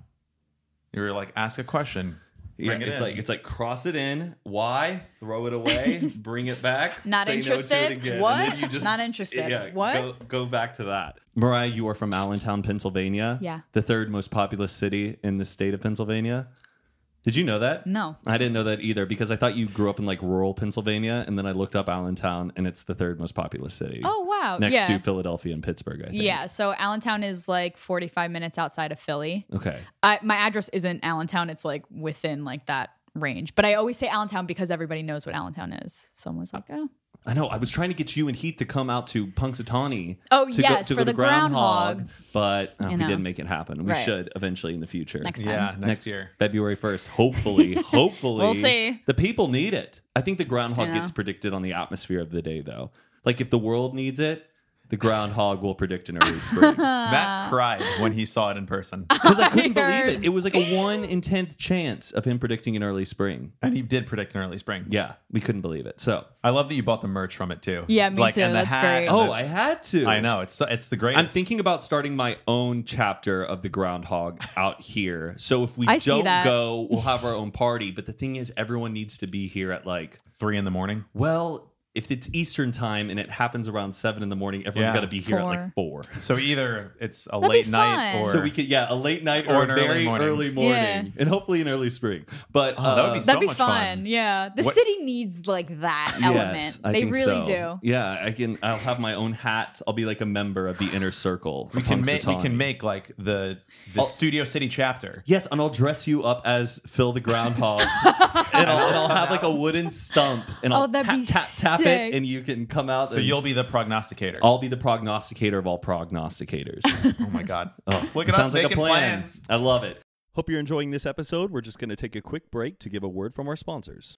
[SPEAKER 3] you were like, ask a question.
[SPEAKER 2] Yeah,
[SPEAKER 3] Bring it
[SPEAKER 2] it's
[SPEAKER 3] in.
[SPEAKER 2] like it's like cross it in. Why? Throw it away. bring it back.
[SPEAKER 1] Not
[SPEAKER 2] say no to it
[SPEAKER 1] interested?
[SPEAKER 2] again, and
[SPEAKER 1] What?
[SPEAKER 2] then you just-
[SPEAKER 1] Not interested.
[SPEAKER 2] Yeah,
[SPEAKER 1] What?
[SPEAKER 2] Go, go back to that. Mariah, you are from Allentown, Pennsylvania.
[SPEAKER 1] Yeah.
[SPEAKER 2] the third most populous city in the state of Pennsylvania. Did you know that?
[SPEAKER 1] No.
[SPEAKER 2] I didn't know that either because I thought you grew up in like rural Pennsylvania, and then I looked up Allentown, and it's the third most populous city.
[SPEAKER 1] Oh wow.
[SPEAKER 2] next
[SPEAKER 1] yeah.
[SPEAKER 2] to Philadelphia and Pittsburgh. I think.
[SPEAKER 1] yeah. So Allentown is like 45 minutes outside of Philly.
[SPEAKER 2] Okay.
[SPEAKER 1] I, my address isn't Allentown. It's like within like that range. But I always say Allentown because everybody knows what Allentown is. So I'm always like, oh,
[SPEAKER 2] I know. I was trying to get you and Heath to come out to Punxsutawney.
[SPEAKER 1] Oh,
[SPEAKER 2] to
[SPEAKER 1] yes,
[SPEAKER 2] to
[SPEAKER 1] for the
[SPEAKER 2] to
[SPEAKER 1] groundhog.
[SPEAKER 2] But uh,
[SPEAKER 1] You
[SPEAKER 2] we
[SPEAKER 1] know.
[SPEAKER 2] didn't make it happen. We
[SPEAKER 1] Right.
[SPEAKER 2] should eventually in the future.
[SPEAKER 1] Next time.
[SPEAKER 3] Yeah, next,
[SPEAKER 2] Next
[SPEAKER 3] year.
[SPEAKER 2] February 1st. Hopefully, hopefully.
[SPEAKER 1] We'll see.
[SPEAKER 2] The people need it. I think the groundhog
[SPEAKER 1] You know.
[SPEAKER 2] gets predicted on the atmosphere of the day, though. Like, if the world needs it, the groundhog will predict an early spring. Because
[SPEAKER 1] Uh.
[SPEAKER 3] Matt cried when he saw it in person,
[SPEAKER 2] I couldn't
[SPEAKER 1] I heard.
[SPEAKER 2] believe it. It was like a one in 10th chance of him predicting an early spring.
[SPEAKER 3] and he did predict an early spring.
[SPEAKER 2] Yeah, we couldn't believe it. So,
[SPEAKER 3] I love that you bought the merch from it too.
[SPEAKER 1] Yeah, me too.
[SPEAKER 3] and the
[SPEAKER 1] That's
[SPEAKER 3] hat
[SPEAKER 1] great.
[SPEAKER 3] and
[SPEAKER 2] oh,
[SPEAKER 3] the-
[SPEAKER 2] I had to.
[SPEAKER 3] I know it's it's the greatest.
[SPEAKER 2] I'm thinking about starting my own chapter of the groundhog out here. So if we
[SPEAKER 1] I see
[SPEAKER 2] don't
[SPEAKER 1] that.
[SPEAKER 2] go, we'll have our own party. But the thing is, everyone needs to be here at like,
[SPEAKER 3] three in the morning.
[SPEAKER 2] well, if it's Eastern time and it happens around seven in the morning, everyone's
[SPEAKER 3] Yeah.
[SPEAKER 2] got to be here at like four.
[SPEAKER 3] So either it's a
[SPEAKER 1] be
[SPEAKER 3] late night,
[SPEAKER 1] fun.
[SPEAKER 3] or
[SPEAKER 2] So we could, yeah, a late night or,
[SPEAKER 3] Or
[SPEAKER 2] a
[SPEAKER 3] an early
[SPEAKER 2] very
[SPEAKER 3] morning.
[SPEAKER 2] early morning,
[SPEAKER 1] Yeah.
[SPEAKER 2] and hopefully an early spring. But
[SPEAKER 3] Oh, that would be
[SPEAKER 2] uh,
[SPEAKER 1] That'd
[SPEAKER 3] so
[SPEAKER 1] be
[SPEAKER 3] much
[SPEAKER 1] fun.
[SPEAKER 3] fun.
[SPEAKER 1] Yeah. The
[SPEAKER 3] What-
[SPEAKER 1] city needs like that element.
[SPEAKER 2] Yes, I
[SPEAKER 1] they
[SPEAKER 2] think
[SPEAKER 1] really
[SPEAKER 2] so.
[SPEAKER 1] do.
[SPEAKER 2] Yeah, I can. I'll have my own hat. I'll be like a member of the inner circle.
[SPEAKER 3] we
[SPEAKER 2] of
[SPEAKER 3] can make we
[SPEAKER 2] Punxsutawney. Oh.
[SPEAKER 3] can make like the the
[SPEAKER 2] I'll-
[SPEAKER 3] Studio City chapter.
[SPEAKER 2] Yes, and I'll dress you up as Phil the Groundhog, and, I'll, and I'll have like a wooden stump, and
[SPEAKER 1] Oh,
[SPEAKER 2] I'll
[SPEAKER 1] that'd
[SPEAKER 2] tap
[SPEAKER 1] be
[SPEAKER 2] tap tap
[SPEAKER 1] sick.
[SPEAKER 2] it, and you can come out.
[SPEAKER 3] So you'll be the prognosticator.
[SPEAKER 2] I'll be the prognosticator of all prognosticators.
[SPEAKER 3] Oh my god!
[SPEAKER 2] Oh,
[SPEAKER 3] Look at us
[SPEAKER 2] sounds like a
[SPEAKER 3] making
[SPEAKER 2] plan.
[SPEAKER 3] plans.
[SPEAKER 2] I love it. Hope you're enjoying this episode. We're just going to take a quick break to give a word from our sponsors.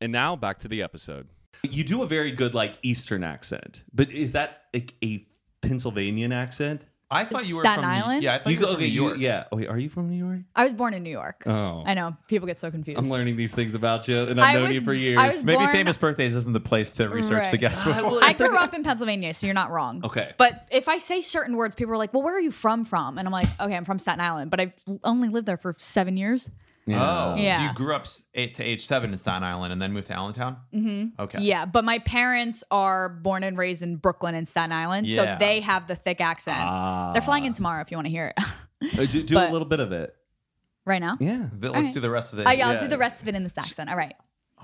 [SPEAKER 2] And now back to the episode. You do a very good like Eastern accent, but is that like a Pennsylvanian accent?
[SPEAKER 3] I thought you were
[SPEAKER 1] Staten
[SPEAKER 3] from
[SPEAKER 1] Island?
[SPEAKER 3] Yeah, I thought you,
[SPEAKER 2] go-
[SPEAKER 3] were from
[SPEAKER 2] okay,
[SPEAKER 3] New York.
[SPEAKER 2] yeah. Oh, wait, are you from New York?
[SPEAKER 1] I was born in New York.
[SPEAKER 2] Oh.
[SPEAKER 1] I know. People get so confused.
[SPEAKER 2] I'm learning these things about you, and I've
[SPEAKER 1] I
[SPEAKER 2] known
[SPEAKER 1] was-
[SPEAKER 2] you for
[SPEAKER 1] I
[SPEAKER 2] years.
[SPEAKER 1] was-
[SPEAKER 3] Maybe
[SPEAKER 1] Born-
[SPEAKER 3] famous birthdays isn't the place to research the
[SPEAKER 1] Right.
[SPEAKER 3] guest before.
[SPEAKER 1] I grew up in Pennsylvania, so you're not wrong.
[SPEAKER 2] Okay.
[SPEAKER 1] But if I say certain words, people are like, well, where are you from from? And I'm like, okay, I'm from Staten Island, but I've only lived there for seven years.
[SPEAKER 3] Oh,
[SPEAKER 1] Yeah.
[SPEAKER 3] So you grew up s- eight to age seven in Staten Island and then moved to Allentown. Mm-hmm. Okay.
[SPEAKER 1] Yeah, but my parents are born and raised in Brooklyn and Staten Island,
[SPEAKER 3] Yeah. Ah.
[SPEAKER 1] so they have the thick accent. They're flying in tomorrow if you want to hear it.
[SPEAKER 2] Uh, do do a
[SPEAKER 1] But-
[SPEAKER 2] little bit of it.
[SPEAKER 1] right now?
[SPEAKER 2] Yeah.
[SPEAKER 3] But
[SPEAKER 1] All
[SPEAKER 3] let's
[SPEAKER 1] right.
[SPEAKER 3] do the rest of the.
[SPEAKER 1] I, I'll
[SPEAKER 2] Yeah.
[SPEAKER 1] Oh, do the rest of it in this accent. All right.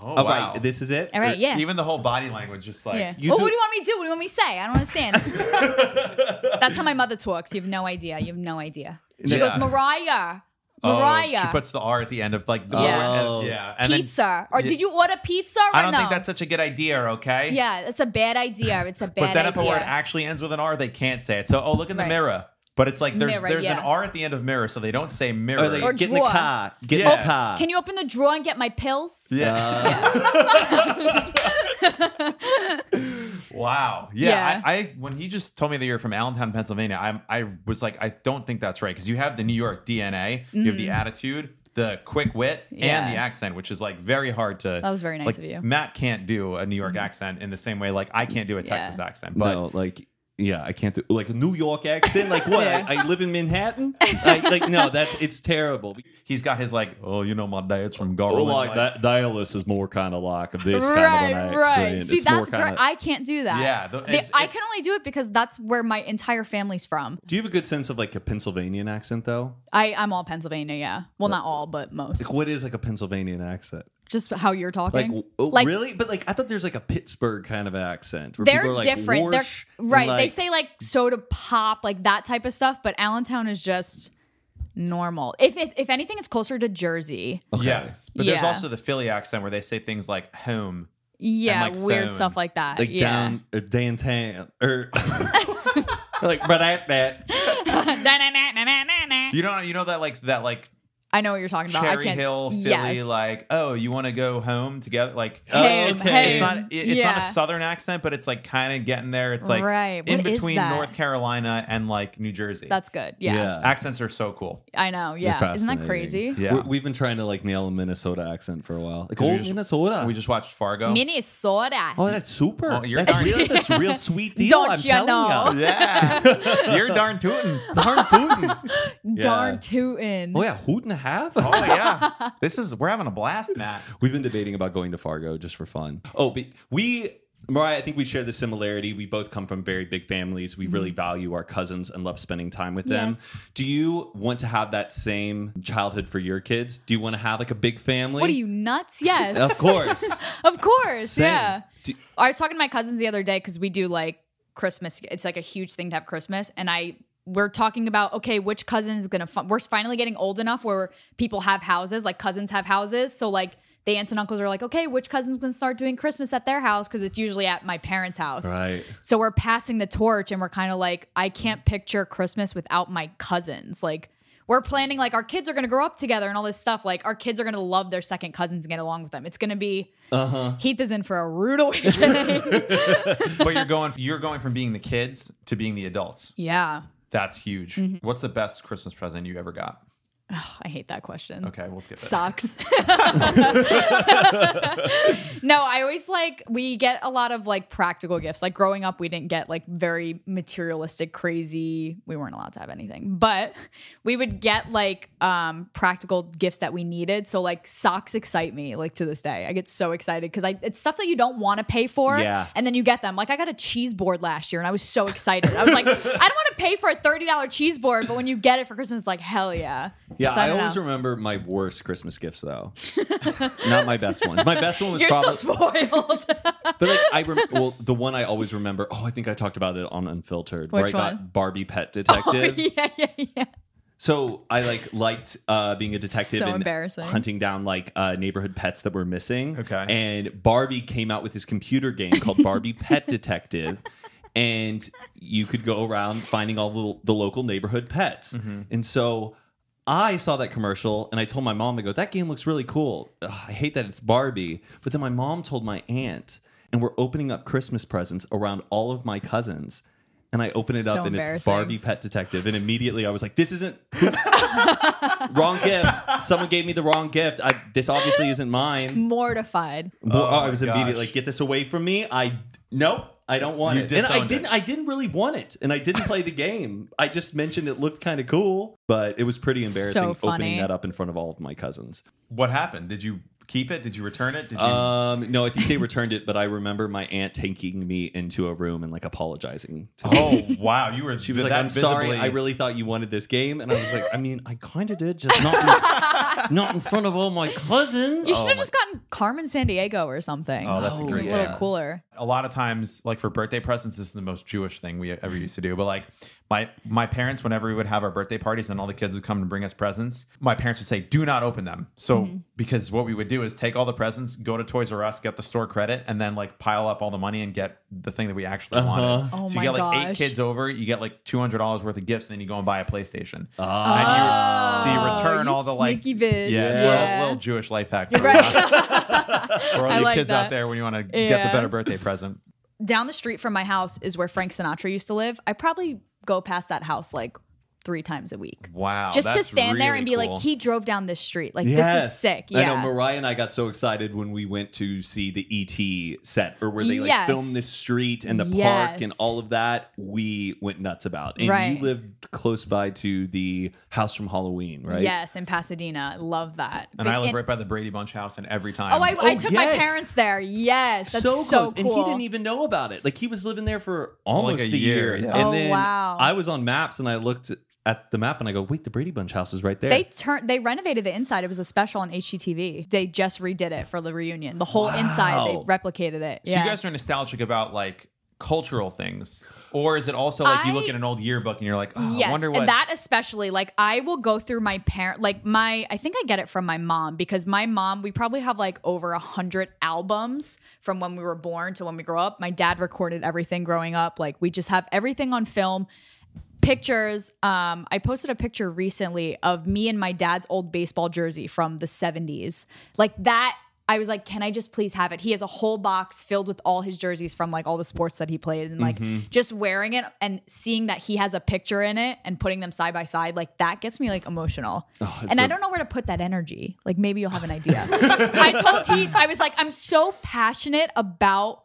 [SPEAKER 3] Oh,
[SPEAKER 2] Oh,
[SPEAKER 3] wow.
[SPEAKER 2] right. This is it.
[SPEAKER 1] All right, yeah.
[SPEAKER 3] Even the whole body language, just like
[SPEAKER 1] yeah.
[SPEAKER 2] you
[SPEAKER 1] well,
[SPEAKER 2] do-
[SPEAKER 1] what do you want me to do? What do you want me to say? I don't understand. That's how my mother talks. You have no idea. You have no idea. She
[SPEAKER 3] Yeah.
[SPEAKER 1] goes, Mariah.
[SPEAKER 3] oh,
[SPEAKER 1] Mariah.
[SPEAKER 3] She puts the R at the end of like the
[SPEAKER 1] Yeah.
[SPEAKER 2] Oh.
[SPEAKER 3] yeah. And then-
[SPEAKER 1] pizza. or
[SPEAKER 3] Yeah.
[SPEAKER 1] did you order pizza or
[SPEAKER 3] I don't
[SPEAKER 1] no?
[SPEAKER 3] think that's such a good idea. Okay.
[SPEAKER 1] Yeah, that's a bad idea. It's a bad
[SPEAKER 3] But then if
[SPEAKER 1] idea.
[SPEAKER 3] a word actually ends with an R, they can't say it. So oh, look in the
[SPEAKER 1] Right.
[SPEAKER 3] mirror. But it's like there's
[SPEAKER 1] Mirror,
[SPEAKER 3] there's an
[SPEAKER 1] yeah.
[SPEAKER 3] R at the end of mirror, so they don't say mirror.
[SPEAKER 2] Or Oh, they
[SPEAKER 1] Or
[SPEAKER 2] get in the
[SPEAKER 1] drawer.
[SPEAKER 2] car. Get in
[SPEAKER 3] Yeah.
[SPEAKER 2] the car.
[SPEAKER 1] Can you open the drawer and get my pills?
[SPEAKER 3] yeah. wow. Yeah.
[SPEAKER 1] Yeah.
[SPEAKER 3] I, I when he just told me that you're from Allentown, Pennsylvania, I I was like, I don't think that's right because you have the New York DNA, you have the attitude, the quick wit,
[SPEAKER 1] Mm-hmm. Yeah. Oh,
[SPEAKER 3] and the accent, which is like very hard to.
[SPEAKER 1] That was very nice
[SPEAKER 3] like,
[SPEAKER 1] of you.
[SPEAKER 3] Matt can't do a New York accent in the same way like I can't do a
[SPEAKER 1] Yeah.
[SPEAKER 3] Texas accent, but.
[SPEAKER 2] no, like yeah, I can't do like a New York accent. Like what?
[SPEAKER 1] Yeah.
[SPEAKER 2] I, I live in Manhattan. I, like no, that's it's terrible.
[SPEAKER 3] He's got his like, oh, you know, my dad's from Garland.
[SPEAKER 2] Or Oh, like that dialis is more kind of like of this kind of an accent.
[SPEAKER 1] See,
[SPEAKER 2] it's more
[SPEAKER 1] that's
[SPEAKER 2] kind
[SPEAKER 1] great.
[SPEAKER 2] of.
[SPEAKER 1] I can't do that.
[SPEAKER 3] Yeah, the-
[SPEAKER 1] The-
[SPEAKER 3] it's-
[SPEAKER 1] I
[SPEAKER 3] it's-
[SPEAKER 1] can only do it because that's where my entire family's from.
[SPEAKER 2] do you have a good sense of like a Pennsylvanian accent though?
[SPEAKER 1] I, I'm all Pennsylvania, yeah. Well, not all, but most.
[SPEAKER 2] Like what is like a Pennsylvanian accent?
[SPEAKER 1] Just how you're
[SPEAKER 2] Like,
[SPEAKER 1] talking.
[SPEAKER 2] oh, really? But like I thought there's like a Pittsburgh kind of accent. Where
[SPEAKER 1] They're
[SPEAKER 2] people are, like,
[SPEAKER 1] different. They're
[SPEAKER 2] "Warsh," and,
[SPEAKER 1] right. they
[SPEAKER 2] like-
[SPEAKER 1] say like soda pop, like that type of stuff. But Allentown is just normal. If if, if anything, it's closer to Jersey.
[SPEAKER 3] Yes, but there's
[SPEAKER 1] Yeah.
[SPEAKER 3] also the Philly accent where they say things like home.
[SPEAKER 1] Yeah,
[SPEAKER 3] like,
[SPEAKER 1] weird
[SPEAKER 3] phone.
[SPEAKER 1] stuff like that.
[SPEAKER 2] like
[SPEAKER 1] yeah.
[SPEAKER 2] down uh, downtown or like but at that
[SPEAKER 1] Da-na-na-na-na-na-na.
[SPEAKER 3] You know, you know that like that like
[SPEAKER 1] I know what you're talking about. I
[SPEAKER 3] Cherry
[SPEAKER 1] can't,
[SPEAKER 3] Hill, Philly,
[SPEAKER 1] Yes.
[SPEAKER 3] like, oh, you want to go home together? Like,
[SPEAKER 1] Hey,
[SPEAKER 3] it's,
[SPEAKER 1] hey.
[SPEAKER 3] it's not it- it's not
[SPEAKER 1] Yeah.
[SPEAKER 3] a southern accent, but it's like kind of getting there. It's like
[SPEAKER 1] Right.
[SPEAKER 3] in
[SPEAKER 1] What is
[SPEAKER 3] between
[SPEAKER 1] that?
[SPEAKER 3] North Carolina and like New Jersey.
[SPEAKER 1] That's good. Yeah.
[SPEAKER 3] accents are so cool.
[SPEAKER 1] I know.
[SPEAKER 2] They're
[SPEAKER 1] Yeah. Isn't that
[SPEAKER 2] fascinating.
[SPEAKER 1] crazy?
[SPEAKER 3] Yeah.
[SPEAKER 2] We- we've been trying to like nail a Minnesota accent for a while. Like,
[SPEAKER 3] 'Cause we
[SPEAKER 2] oh,
[SPEAKER 3] just-
[SPEAKER 2] Minnesota.
[SPEAKER 3] We just watched Fargo.
[SPEAKER 1] Minnesota.
[SPEAKER 2] oh, that's super.
[SPEAKER 3] Oh, you're
[SPEAKER 2] that's,
[SPEAKER 3] darn-
[SPEAKER 2] real, that's a real sweet deal.
[SPEAKER 1] Don't
[SPEAKER 2] I'm
[SPEAKER 1] you
[SPEAKER 2] telling
[SPEAKER 1] know?
[SPEAKER 2] ya.
[SPEAKER 3] yeah, you're darn tootin'.
[SPEAKER 2] Darn tootin'.
[SPEAKER 1] Darn
[SPEAKER 2] Yeah.
[SPEAKER 1] tootin'.
[SPEAKER 2] Oh yeah, hoot and a half.
[SPEAKER 3] Oh yeah, this is we're having a blast, Matt.
[SPEAKER 2] We've been debating about going to Fargo just for fun. Oh, but we, Mariah, I think we share the similarity. We both come from very big families. We really value our cousins and love spending time with them.
[SPEAKER 1] Mm-hmm. Yes.
[SPEAKER 2] Do you want to have that same childhood for your kids? Do you want to have like a big family?
[SPEAKER 1] What are you nuts? Yes.
[SPEAKER 2] Of course.
[SPEAKER 1] Of course,
[SPEAKER 2] Same.
[SPEAKER 1] yeah.
[SPEAKER 2] Do-
[SPEAKER 1] I was talking to my cousins the other day because we do like Christmas. It's like a huge thing to have Christmas, and I we're talking about okay, which cousin is gonna. Fu- we're finally getting old enough where people have houses, like cousins have houses, so like. The aunts and uncles are like, okay, which cousin's gonna start doing Christmas at their house? Because it's usually at my parents' house.
[SPEAKER 2] right.
[SPEAKER 1] So we're passing the torch and we're kind of like, I can't picture Christmas without my cousins. Like, we're planning, like, our kids are going to grow up together and all this stuff. Like, our kids are going to love their second cousins and get along with them. It's going to be, uh-huh. Heath is in for a rude awakening.
[SPEAKER 3] But you're going you're going from being the kids to being the adults.
[SPEAKER 1] yeah.
[SPEAKER 3] That's huge. What's the best Christmas present you ever got?
[SPEAKER 1] I hate that question.
[SPEAKER 3] Okay, we'll skip it.
[SPEAKER 1] Sucks. no, I always like we get a lot of like practical gifts. Like growing up, we didn't get like very materialistic, crazy. We weren't allowed to have anything, but we would get like um practical gifts that we needed. So like socks excite me like to this day. I get so excited because I it's stuff that you don't want to pay for,
[SPEAKER 2] Yeah.
[SPEAKER 1] and then you get them. Like I got a cheese board last year, and I was so excited. I was like, I don't want to pay for a thirty dollar cheese board, but when you get it for Christmas, it's like hell yeah.
[SPEAKER 2] Yeah,
[SPEAKER 1] So
[SPEAKER 2] I,
[SPEAKER 1] don't
[SPEAKER 2] always
[SPEAKER 1] know.
[SPEAKER 2] remember my worst Christmas gifts though. Not my best ones. My best one was
[SPEAKER 1] You're
[SPEAKER 2] probably
[SPEAKER 1] so spoiled.
[SPEAKER 2] But like I rem- well, the one I always remember. Oh, I think I talked about it on Unfiltered, where I
[SPEAKER 1] Which one? Oh,
[SPEAKER 2] got Barbie Pet Detective.
[SPEAKER 1] yeah, yeah, yeah.
[SPEAKER 2] So I like liked uh, being a detective
[SPEAKER 1] So
[SPEAKER 2] and
[SPEAKER 1] embarrassing.
[SPEAKER 2] hunting down like uh, neighborhood pets that were missing.
[SPEAKER 3] Okay.
[SPEAKER 2] And Barbie came out with this computer game called Barbie Pet Detective. And you could go around finding all the, the local neighborhood pets. And so I saw that commercial and I told my mom, I go, that game looks really cool. Ugh, I hate that it's Barbie. But then my mom told my aunt, and we're opening up Christmas presents around all of my cousins. And I open it
[SPEAKER 1] So
[SPEAKER 2] up and it's
[SPEAKER 1] embarrassing.
[SPEAKER 2] Barbie Pet Detective. And immediately I was like, this isn't wrong gift. Someone gave me the wrong gift. I, this obviously isn't mine.
[SPEAKER 1] Mortified.
[SPEAKER 2] Well, I
[SPEAKER 3] Oh my
[SPEAKER 2] was
[SPEAKER 3] gosh.
[SPEAKER 2] immediately like, get this away from me. I nope. I don't want
[SPEAKER 3] You
[SPEAKER 2] it. And I
[SPEAKER 3] disowned
[SPEAKER 2] didn't
[SPEAKER 3] it.
[SPEAKER 2] I didn't really want it. And I didn't play the game. I just mentioned it looked kind of cool, but it was pretty embarrassing
[SPEAKER 1] funny.
[SPEAKER 2] opening that up in front of all of my cousins.
[SPEAKER 3] What happened? Did you keep it? Did you return it? Did you
[SPEAKER 2] Um no, I think they returned it, but I remember my aunt taking me into a room and like apologizing to me.
[SPEAKER 3] Oh wow, you were
[SPEAKER 2] She was like,
[SPEAKER 3] that
[SPEAKER 2] "I'm sorry,
[SPEAKER 3] visibly-
[SPEAKER 2] I really thought you wanted this game," and I was like, "I mean, I kind of did, just not in, not in front of all my cousins."
[SPEAKER 1] You should have just gotten Carmen San Diego or something.
[SPEAKER 3] Oh, that's a
[SPEAKER 1] It
[SPEAKER 3] great
[SPEAKER 1] was a little
[SPEAKER 3] idea.
[SPEAKER 1] cooler.
[SPEAKER 3] a lot of times like for birthday presents this is the most jewish thing we ever used to do but like my my parents whenever we would have our birthday parties and all the kids would come and bring us presents my parents would say do not open them so
[SPEAKER 1] Mm-hmm.
[SPEAKER 3] because what we would do is take all the presents go to toys r us get the store credit and then like pile up all the money and get the thing that we actually wanted
[SPEAKER 1] Oh
[SPEAKER 3] so
[SPEAKER 1] my
[SPEAKER 3] you get like eight
[SPEAKER 1] gosh.
[SPEAKER 3] kids over you get like $200 worth of gifts and then you go and buy a playstation
[SPEAKER 2] Ah.
[SPEAKER 3] and you, so you
[SPEAKER 1] Oh,
[SPEAKER 3] return
[SPEAKER 1] you
[SPEAKER 3] all the like
[SPEAKER 1] sneaky bitch.
[SPEAKER 3] yeah,
[SPEAKER 1] Yeah.
[SPEAKER 3] Little, little jewish life hack for, for all
[SPEAKER 1] I
[SPEAKER 3] you
[SPEAKER 1] like
[SPEAKER 3] kids
[SPEAKER 1] that.
[SPEAKER 3] out there when you want to get the
[SPEAKER 1] Yeah.
[SPEAKER 3] better birthday present
[SPEAKER 1] Down the street from my house is where Frank Sinatra used to live. I probably go past that house like three times a week.
[SPEAKER 3] Wow.
[SPEAKER 1] just to
[SPEAKER 3] that's
[SPEAKER 1] stand there
[SPEAKER 3] really
[SPEAKER 1] and be
[SPEAKER 3] cool.
[SPEAKER 1] like, he drove down this street. Like this is sick.
[SPEAKER 2] I
[SPEAKER 1] Yeah.
[SPEAKER 2] know Mariah and I got so excited when we went to see the ET set or where they like
[SPEAKER 1] Yes.
[SPEAKER 2] filmed the street and the park and
[SPEAKER 1] Yes.
[SPEAKER 2] all of that. We went nuts about. And
[SPEAKER 1] Right.
[SPEAKER 2] you lived close by to the house from Halloween, right?
[SPEAKER 1] Yes, in Pasadena. Love that.
[SPEAKER 3] and I live right by the Brady Bunch house, and every time.
[SPEAKER 1] Oh, I, I
[SPEAKER 2] Oh,
[SPEAKER 1] took my
[SPEAKER 2] yes.
[SPEAKER 1] parents there. Yes. That's so,
[SPEAKER 2] so close.
[SPEAKER 1] cool.
[SPEAKER 2] And he didn't even know about it. Like he was living there for almost
[SPEAKER 3] a
[SPEAKER 2] a, year.
[SPEAKER 3] year, yeah.
[SPEAKER 2] And
[SPEAKER 1] Oh,
[SPEAKER 2] then
[SPEAKER 1] wow.
[SPEAKER 2] I was on maps and I looked at the map and I go, wait, the Brady Bunch house is right there.
[SPEAKER 1] They turned. They renovated the inside. It was a special on HGTV. They just redid it for the reunion. The whole inside. They
[SPEAKER 2] Wow.
[SPEAKER 1] replicated it.
[SPEAKER 3] So
[SPEAKER 1] yeah.
[SPEAKER 3] you guys are nostalgic about like cultural things, or is it also like you look
[SPEAKER 1] I-
[SPEAKER 3] at an old yearbook and you're like, oh,
[SPEAKER 1] yes,
[SPEAKER 3] I wonder what
[SPEAKER 1] that especially. Like, I will go through my parent, like my. I think I get it from my mom because my mom. We probably have like over a hundred albums from when we were born to when we grew up. My dad recorded everything growing up. Like, we just have everything on film. pictures. Um, I posted a picture recently of me and my dad's old baseball jersey from the 70s. Like that, I was like, can I just please have it? He has a whole box filled with all his jerseys from like all the sports that he played and like just wearing it and seeing that he has a picture in it and putting them side by side, like that gets me like emotional. and I don't know where to put that energy. Like maybe you'll have an idea. I told Heath, I was like, I'm so passionate about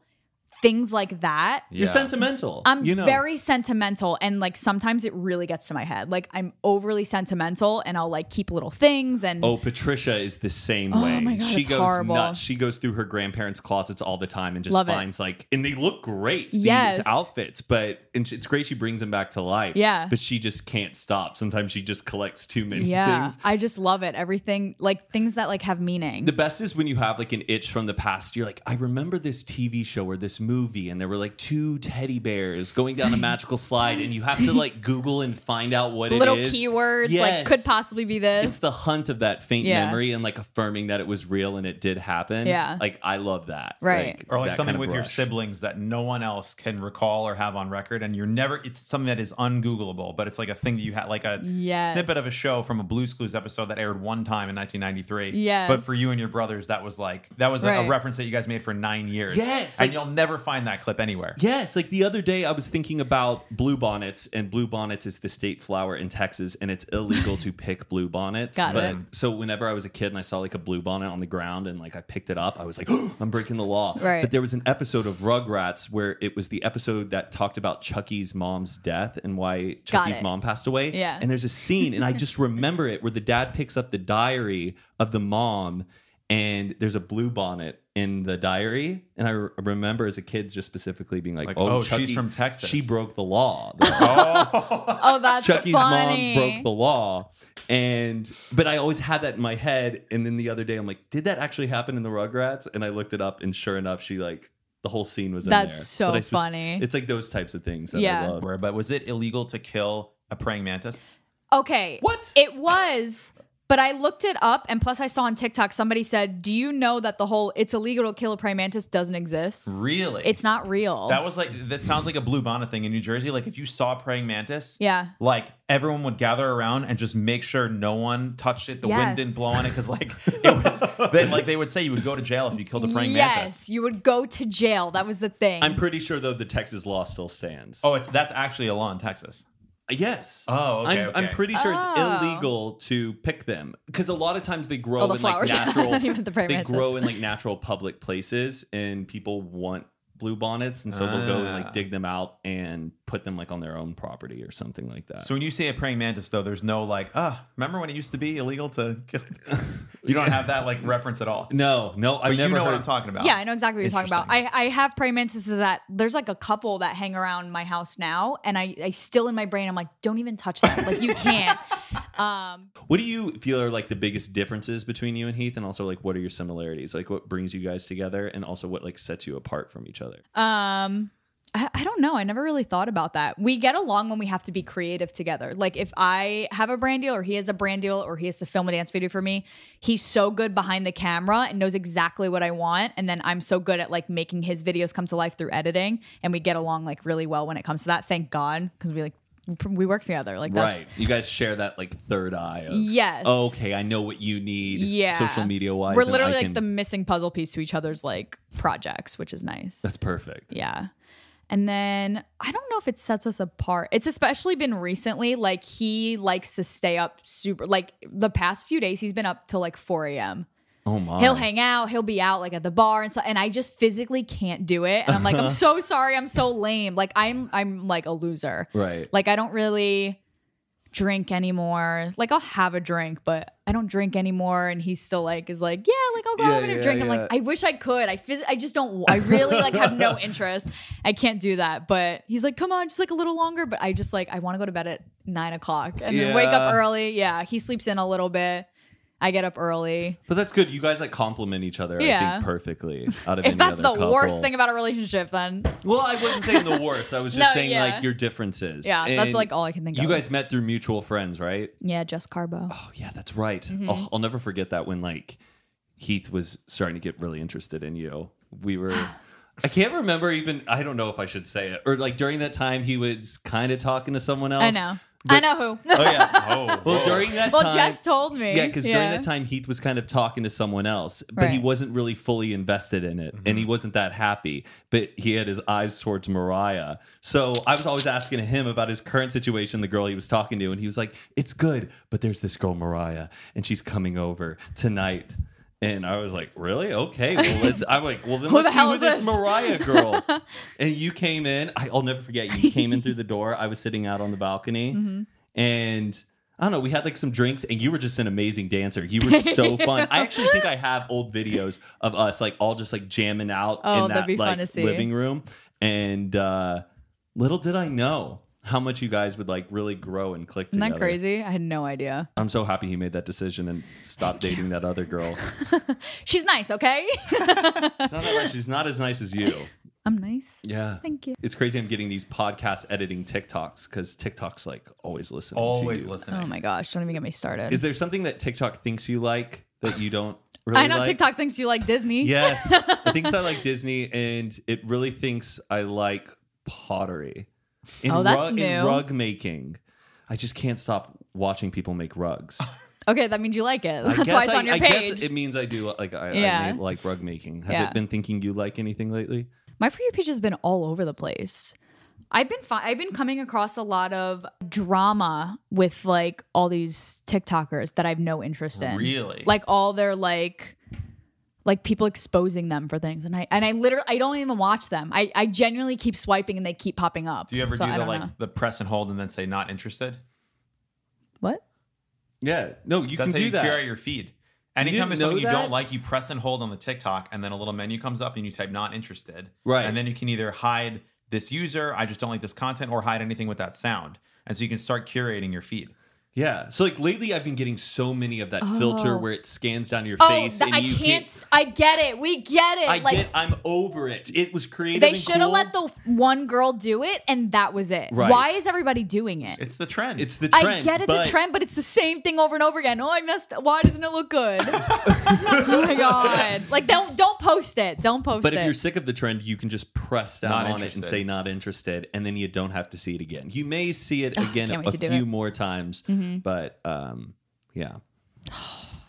[SPEAKER 1] things like that.
[SPEAKER 2] You're sentimental.
[SPEAKER 1] I'm
[SPEAKER 2] you know.
[SPEAKER 1] very sentimental and like sometimes it really gets to my head. Like I'm overly sentimental and I'll like keep little things and
[SPEAKER 2] Oh, Patricia is the same
[SPEAKER 1] Oh
[SPEAKER 2] way.
[SPEAKER 1] my God,
[SPEAKER 2] she
[SPEAKER 1] it's
[SPEAKER 2] goes
[SPEAKER 1] horrible.
[SPEAKER 2] nuts. She goes through her grandparents' closets all the time and just
[SPEAKER 1] Love it.
[SPEAKER 2] finds like, and they look great.
[SPEAKER 1] Yes.
[SPEAKER 2] these outfits, but and she- it's great she brings them back to life.
[SPEAKER 1] Yeah.
[SPEAKER 2] but she just can't stop. Sometimes she just collects too many
[SPEAKER 1] yeah,
[SPEAKER 2] things.
[SPEAKER 1] I just love it. Everything like things that like have meaning.
[SPEAKER 2] The best is when you have like an itch from the past. You're like, I remember this TV show or this movie, and there were like two teddy bears going down a magical slide, and you have to like Google and find out what
[SPEAKER 1] little
[SPEAKER 2] it is.
[SPEAKER 1] keywords like
[SPEAKER 2] Yes.
[SPEAKER 1] could possibly be
[SPEAKER 2] It's
[SPEAKER 1] this.
[SPEAKER 2] the hunt of that faint
[SPEAKER 1] Yeah.
[SPEAKER 2] memory and like affirming that it was real and it did happen.
[SPEAKER 1] Yeah.
[SPEAKER 2] Like I love that.
[SPEAKER 1] Right.
[SPEAKER 2] Like,
[SPEAKER 3] or like
[SPEAKER 2] that
[SPEAKER 3] something
[SPEAKER 2] kind of
[SPEAKER 3] with your
[SPEAKER 2] rush.
[SPEAKER 3] siblings that no one else can recall or have on record and you're never it's something that is ungoogleable but it's like a thing that you had like a
[SPEAKER 1] Yes.
[SPEAKER 3] snippet of a show from a blues clues episode that aired one time in 1993
[SPEAKER 1] Yes.
[SPEAKER 3] but for you and your brothers that was like that was a- a,
[SPEAKER 1] Right.
[SPEAKER 3] reference that you guys made for nine years
[SPEAKER 2] Yes,
[SPEAKER 3] and
[SPEAKER 2] like-
[SPEAKER 3] you'll never find that clip anywhere
[SPEAKER 2] Yes, like the other day I was thinking about bluebonnets, and bluebonnets is the state flower in Texas, and it's illegal to pick bluebonnets.
[SPEAKER 1] Got
[SPEAKER 2] but
[SPEAKER 1] it.
[SPEAKER 2] so whenever I was a kid and I saw like a bluebonnet on the ground and like I picked it up, I was like, I'm breaking the law.
[SPEAKER 1] Right.
[SPEAKER 2] But there was an episode of Rugrats where it was the episode that talked about Chucky's mom's death and why Chucky's
[SPEAKER 1] it.
[SPEAKER 2] mom passed away.
[SPEAKER 1] Yeah.
[SPEAKER 2] And there's a scene, and I just remember it where the dad picks up the diary of the mom, and there's a blue bonnet in the diary. And I re- remember as a kid, just specifically being like,
[SPEAKER 3] Like,
[SPEAKER 2] "Oh,
[SPEAKER 3] oh, she's
[SPEAKER 2] Chucky-
[SPEAKER 3] from Texas."
[SPEAKER 2] She broke the law. Like,
[SPEAKER 1] oh, that's
[SPEAKER 2] Chucky's
[SPEAKER 1] funny.
[SPEAKER 2] mom broke the law." And but I always had that in my head. And then the other day, I'm like, "Did that actually happen in the Rugrats?" And I looked it up, and sure enough, she like the whole scene was in
[SPEAKER 1] That's
[SPEAKER 2] there.
[SPEAKER 1] so
[SPEAKER 2] But I
[SPEAKER 1] funny.
[SPEAKER 2] It's like those types of things that I
[SPEAKER 1] Yeah.
[SPEAKER 2] love.
[SPEAKER 3] but was it illegal to kill a praying mantis
[SPEAKER 1] Okay.
[SPEAKER 2] What?
[SPEAKER 1] It was, but I looked it up and plus I saw on TikTok somebody said, "Do you know that the whole it's illegal to kill a praying mantis doesn't exist?
[SPEAKER 2] Mm.
[SPEAKER 3] really
[SPEAKER 1] It's not real."
[SPEAKER 3] that was like that sounds like a blue bonnet thing in new jersey like if you saw a praying mantis
[SPEAKER 1] yeah.
[SPEAKER 3] like everyone would gather around and just make sure no one touched it. The
[SPEAKER 1] Yes.
[SPEAKER 3] wind didn't blow on it because like it was they, like they would say you would go to jail if you killed a praying
[SPEAKER 1] yes,
[SPEAKER 3] mantis.
[SPEAKER 1] you would go to jail. That was the thing.
[SPEAKER 2] I'm pretty sure though the Texas law still stands.
[SPEAKER 3] Oh, it's that's actually a law in Texas.
[SPEAKER 2] Yes.
[SPEAKER 3] Oh, okay,
[SPEAKER 2] I'm, I'm
[SPEAKER 3] okay.
[SPEAKER 2] pretty sure
[SPEAKER 1] Oh.
[SPEAKER 2] it's illegal to pick them because a lot of times they grow
[SPEAKER 1] Oh, the
[SPEAKER 2] in like
[SPEAKER 1] flowers.
[SPEAKER 2] natural.
[SPEAKER 1] Not even the
[SPEAKER 2] they
[SPEAKER 1] praying
[SPEAKER 2] grow
[SPEAKER 1] mantis.
[SPEAKER 2] in like natural public places, and people want blue bonnets, and so they'll go and
[SPEAKER 3] Ah.
[SPEAKER 2] like dig them out and put them like on their own property or something like that.
[SPEAKER 3] So when you say a praying mantis, though, there's no like, ah, remember when it used to be illegal to kill? you don't have that like reference at all.
[SPEAKER 2] no, no,
[SPEAKER 3] but
[SPEAKER 2] I've
[SPEAKER 3] you
[SPEAKER 2] never
[SPEAKER 3] know what
[SPEAKER 2] heard-
[SPEAKER 3] I'm talking about.
[SPEAKER 1] Yeah, I know exactly what you're talking about. I, I have praying mantises that there's like a couple that hang around my house now, and I, I still in my brain, I'm like, don't even touch them. Like, you can't. um,
[SPEAKER 2] What do you feel are like the biggest differences between you and Heath, and also like what are your similarities? Like what brings you guys together, and also what like sets you apart from each other?
[SPEAKER 1] um, I, I don't know. I never really thought about that. We get along when we have to be creative together. Like, if I have a brand deal, or he has a brand deal, or he has to film a dance video for me, he's so good behind the camera and knows exactly what I want. And then I'm so good at like making his videos come to life through editing. And we get along like really well when it comes to that. Thank God, because we like, we work together. Like, that's,
[SPEAKER 2] Right. You guys share that like third eye of
[SPEAKER 1] Yes.
[SPEAKER 2] okay, I know what you need
[SPEAKER 1] Yeah.
[SPEAKER 2] social media wise.
[SPEAKER 1] We're
[SPEAKER 2] and I
[SPEAKER 1] literally
[SPEAKER 2] can-
[SPEAKER 1] like the missing puzzle piece to each other's like projects, which is nice.
[SPEAKER 2] That's perfect.
[SPEAKER 1] yeah. And then I don't know if it sets us apart. It's especially been recently. Like he likes to stay up super. Like the past few days, he's been up till like 4 a.m.
[SPEAKER 2] Oh my.
[SPEAKER 1] He'll hang out. He'll be out like at the bar and so. And I just physically can't do it. And I'm like,
[SPEAKER 2] Uh-huh.
[SPEAKER 1] I'm so sorry. I'm so lame. Like I'm I'm like a loser.
[SPEAKER 2] Right.
[SPEAKER 1] Like I don't really drink anymore. Like I'll have a drink, but I don't drink anymore. And he still like is like, yeah, like I'll go
[SPEAKER 2] Yeah,
[SPEAKER 1] out and
[SPEAKER 2] yeah,
[SPEAKER 1] drink. I'm
[SPEAKER 2] yeah.
[SPEAKER 1] like, I wish I could. I phys- I just don't. I really like have no interest. I can't do that. But he's like, come on, just like a little longer. But I just like I want to go to bed at nine o'clock and then wake up
[SPEAKER 2] Yeah.
[SPEAKER 1] early. Yeah, he sleeps in a little bit. I get up early.
[SPEAKER 2] But that's good. You guys like complement each other, I
[SPEAKER 1] Yeah.
[SPEAKER 2] think, perfectly. Out of
[SPEAKER 1] If
[SPEAKER 2] any
[SPEAKER 1] that's
[SPEAKER 2] other
[SPEAKER 1] the
[SPEAKER 2] couple.
[SPEAKER 1] worst thing about a relationship, then
[SPEAKER 2] Well, I wasn't saying the worst. I was just
[SPEAKER 1] No,
[SPEAKER 2] saying
[SPEAKER 1] yeah.
[SPEAKER 2] like your differences.
[SPEAKER 1] yeah, that's
[SPEAKER 2] And
[SPEAKER 1] like all I can think
[SPEAKER 2] You
[SPEAKER 1] of. Mm-hmm.
[SPEAKER 2] guys met through mutual friends, right?
[SPEAKER 1] yeah, just Carbo.
[SPEAKER 2] Oh yeah, that's right.
[SPEAKER 1] Mm-hmm.
[SPEAKER 2] Oh, I'll never forget that when like Heath was starting to get really interested in you. We were I can't remember even. I don't know if I should say it. Or like during that time, he was kind of talking to someone else.
[SPEAKER 1] I know.
[SPEAKER 2] But-
[SPEAKER 1] I know who.
[SPEAKER 2] Oh yeah.
[SPEAKER 3] Oh,
[SPEAKER 2] Well, during that
[SPEAKER 1] well,
[SPEAKER 2] time,
[SPEAKER 1] Jess told me.
[SPEAKER 2] yeah, because during that time, Heath was kind of talking to someone else, but he
[SPEAKER 1] Right.
[SPEAKER 2] wasn't really fully invested in it, and he wasn't that happy. But he had his eyes towards Mariah. So I was always asking him about his current situation, the girl he was talking to, and he was like, "It's good, but there's this girl Mariah, and she's coming over tonight." And I was like, "Really? Okay. Well, let's." I'm like, "Well, then
[SPEAKER 1] Who the
[SPEAKER 2] let's see
[SPEAKER 1] hell
[SPEAKER 2] who
[SPEAKER 1] is
[SPEAKER 2] this
[SPEAKER 1] this?"
[SPEAKER 2] Mariah girl." and you came in. I, I'll never forget. You came in through the door. I was sitting out on the balcony,
[SPEAKER 1] Mm-hmm.
[SPEAKER 2] and I don't know. We had like some drinks, and you were just an amazing dancer. You were so fun. I actually think I have old videos of us like all just like jamming out
[SPEAKER 1] Oh,
[SPEAKER 2] in
[SPEAKER 1] that'd
[SPEAKER 2] that
[SPEAKER 1] be fun
[SPEAKER 2] like
[SPEAKER 1] to see.
[SPEAKER 2] living room. And uh, little did I know how much you guys would like really grow and click
[SPEAKER 1] Isn't
[SPEAKER 2] together.
[SPEAKER 1] that crazy? I had no idea.
[SPEAKER 2] I'm so happy he made that decision and stopped dating that other girl.
[SPEAKER 1] She's nice, okay?
[SPEAKER 2] It's not that right. She's not as nice as you.
[SPEAKER 1] I'm nice.
[SPEAKER 2] Yeah.
[SPEAKER 1] Thank you.
[SPEAKER 2] It's crazy I'm getting these podcast editing TikToks because TikTok's like always listening. to
[SPEAKER 3] Always
[SPEAKER 2] you.
[SPEAKER 3] listening.
[SPEAKER 1] Oh my gosh, don't even get me started.
[SPEAKER 2] Is there something that TikTok thinks you like that you don't really
[SPEAKER 1] I know
[SPEAKER 2] like?
[SPEAKER 1] TikTok thinks you like Disney.
[SPEAKER 2] Yes. it thinks I like Disney and it really thinks I like pottery. In
[SPEAKER 1] Oh, that's
[SPEAKER 2] rug, In
[SPEAKER 1] new.
[SPEAKER 2] rug making. I just can't stop watching people make rugs.
[SPEAKER 1] Okay, that means you like it.
[SPEAKER 2] I
[SPEAKER 1] That's
[SPEAKER 2] guess
[SPEAKER 1] why it's
[SPEAKER 2] I-
[SPEAKER 1] on your
[SPEAKER 2] I guess
[SPEAKER 1] page.
[SPEAKER 2] it means I do like I, I
[SPEAKER 1] Yeah.
[SPEAKER 2] may like rug making. Has
[SPEAKER 1] Yeah.
[SPEAKER 2] it been thinking you like anything lately?
[SPEAKER 1] My for you page has been all over the place. I've been fi- I've been coming across a lot of drama with like all these TikTokers that I've no interest in.
[SPEAKER 3] Really?
[SPEAKER 1] Like all their like like people exposing them for things and I and I literally I don't even watch them. I I genuinely keep swiping and they keep popping up.
[SPEAKER 3] Do you ever
[SPEAKER 1] So
[SPEAKER 3] do
[SPEAKER 1] I
[SPEAKER 3] the
[SPEAKER 1] don't
[SPEAKER 3] like
[SPEAKER 1] know.
[SPEAKER 3] the press and hold and then say not interested?
[SPEAKER 1] What?
[SPEAKER 2] Yeah. No, you
[SPEAKER 3] That's
[SPEAKER 2] can
[SPEAKER 3] how
[SPEAKER 2] do
[SPEAKER 3] you
[SPEAKER 2] that.
[SPEAKER 3] curate your feed.
[SPEAKER 2] didn't
[SPEAKER 3] Anytime there's something
[SPEAKER 2] know
[SPEAKER 3] you
[SPEAKER 2] that?
[SPEAKER 3] don't like, you press and hold on the TikTok, and then a little menu comes up, and you type "not interested."
[SPEAKER 2] Right.
[SPEAKER 3] and then you can either hide this user, I just don't like this content, or hide anything with that sound, and so you can start curating your feed.
[SPEAKER 2] Yeah. So like lately I've been getting so many of that filter
[SPEAKER 1] Oh.
[SPEAKER 2] where it scans down your
[SPEAKER 1] Oh,
[SPEAKER 2] face
[SPEAKER 1] th-
[SPEAKER 2] and
[SPEAKER 1] I
[SPEAKER 2] you
[SPEAKER 1] can't, s- I get it. We get it.
[SPEAKER 2] I
[SPEAKER 1] like
[SPEAKER 2] get I'm over it. It was creative.
[SPEAKER 1] they
[SPEAKER 2] and
[SPEAKER 1] should have
[SPEAKER 2] cool.
[SPEAKER 1] let the f- one girl do it and that was it.
[SPEAKER 2] Right.
[SPEAKER 1] Why is everybody doing it?
[SPEAKER 3] It's the trend.
[SPEAKER 2] it's the trend.
[SPEAKER 1] I get it's
[SPEAKER 2] but-
[SPEAKER 1] a trend, but it's the same thing over and over again. Oh, I messed. Why doesn't it look good? oh my god! Like don't don't post it. Don't post
[SPEAKER 2] But
[SPEAKER 1] it.
[SPEAKER 2] if you're sick of the trend, you can just press down on
[SPEAKER 3] Not
[SPEAKER 2] it and
[SPEAKER 3] interested.
[SPEAKER 2] say not interested, and then you don't have to see it again. You may see it again
[SPEAKER 1] can't
[SPEAKER 2] a
[SPEAKER 1] wait to do
[SPEAKER 2] few
[SPEAKER 1] it. Mm-hmm.
[SPEAKER 2] more times, but um, yeah.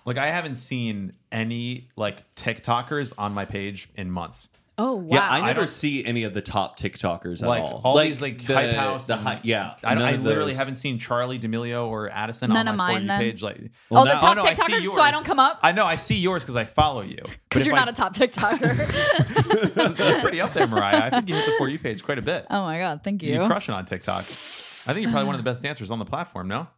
[SPEAKER 3] like I haven't seen any like TikTokers on my page in months.
[SPEAKER 1] oh wow!
[SPEAKER 2] Yeah, I never
[SPEAKER 3] don't-
[SPEAKER 2] see any of the top TikTokers
[SPEAKER 3] Like
[SPEAKER 2] at all.
[SPEAKER 3] all these like hype house.
[SPEAKER 2] the
[SPEAKER 3] and-
[SPEAKER 2] hy- yeah.
[SPEAKER 3] I, don't-
[SPEAKER 2] none
[SPEAKER 3] I
[SPEAKER 2] of
[SPEAKER 3] literally
[SPEAKER 2] those.
[SPEAKER 3] haven't seen Charlie D'Amelio or Addison
[SPEAKER 1] None
[SPEAKER 3] on
[SPEAKER 1] of
[SPEAKER 3] my For
[SPEAKER 1] mine,
[SPEAKER 3] You
[SPEAKER 1] then.
[SPEAKER 3] page. Like,
[SPEAKER 1] Oh, the
[SPEAKER 2] now-
[SPEAKER 1] top
[SPEAKER 3] no, I see
[SPEAKER 1] TikTokers, so I
[SPEAKER 3] yours.
[SPEAKER 1] don't come up
[SPEAKER 3] I know I see yours because I follow you. But
[SPEAKER 1] because
[SPEAKER 3] if
[SPEAKER 1] you're
[SPEAKER 3] I-
[SPEAKER 1] not a top TikToker.
[SPEAKER 3] You're pretty up there, Mariah. I think you hit the for you page quite a bit.
[SPEAKER 1] oh my god! Thank you.
[SPEAKER 3] You're crushing on TikTok. I think you're probably one of the best dancers on the platform. No,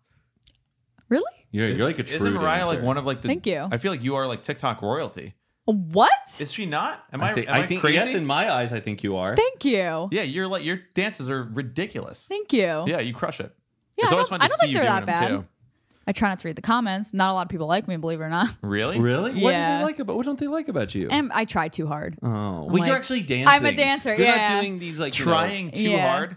[SPEAKER 1] really?
[SPEAKER 2] You're, you're like a true
[SPEAKER 3] isn't Mariah
[SPEAKER 2] dancer.
[SPEAKER 3] like one of like the?
[SPEAKER 1] Thank you.
[SPEAKER 3] I feel like you are like TikTok royalty.
[SPEAKER 1] What?
[SPEAKER 3] Is she not? Am I?
[SPEAKER 2] I think,
[SPEAKER 3] am I,
[SPEAKER 2] I think
[SPEAKER 3] crazy?
[SPEAKER 2] yes, in my eyes, I think you are.
[SPEAKER 1] Thank you.
[SPEAKER 3] yeah, you're like your dances are ridiculous.
[SPEAKER 1] Thank you.
[SPEAKER 3] Yeah, you crush it.
[SPEAKER 1] Yeah,
[SPEAKER 3] it's
[SPEAKER 1] I
[SPEAKER 3] always
[SPEAKER 1] don't-
[SPEAKER 3] fun
[SPEAKER 1] I
[SPEAKER 3] to
[SPEAKER 1] don't
[SPEAKER 3] see
[SPEAKER 1] think
[SPEAKER 3] you
[SPEAKER 1] they're
[SPEAKER 3] doing
[SPEAKER 1] that
[SPEAKER 3] them
[SPEAKER 1] I try not to read the comments. Not a lot of people like me, believe it or not.
[SPEAKER 3] too. Really?
[SPEAKER 2] Really? What do
[SPEAKER 1] Yeah.
[SPEAKER 2] they like about? What don't they like about you?
[SPEAKER 1] And I try too hard.
[SPEAKER 2] oh, well,
[SPEAKER 1] I'm
[SPEAKER 2] you're
[SPEAKER 1] like-
[SPEAKER 2] actually dancing.
[SPEAKER 1] I'm a dancer,
[SPEAKER 2] You're
[SPEAKER 1] yeah.
[SPEAKER 2] not doing these like you know-
[SPEAKER 3] Trying too
[SPEAKER 1] Yeah.
[SPEAKER 3] hard.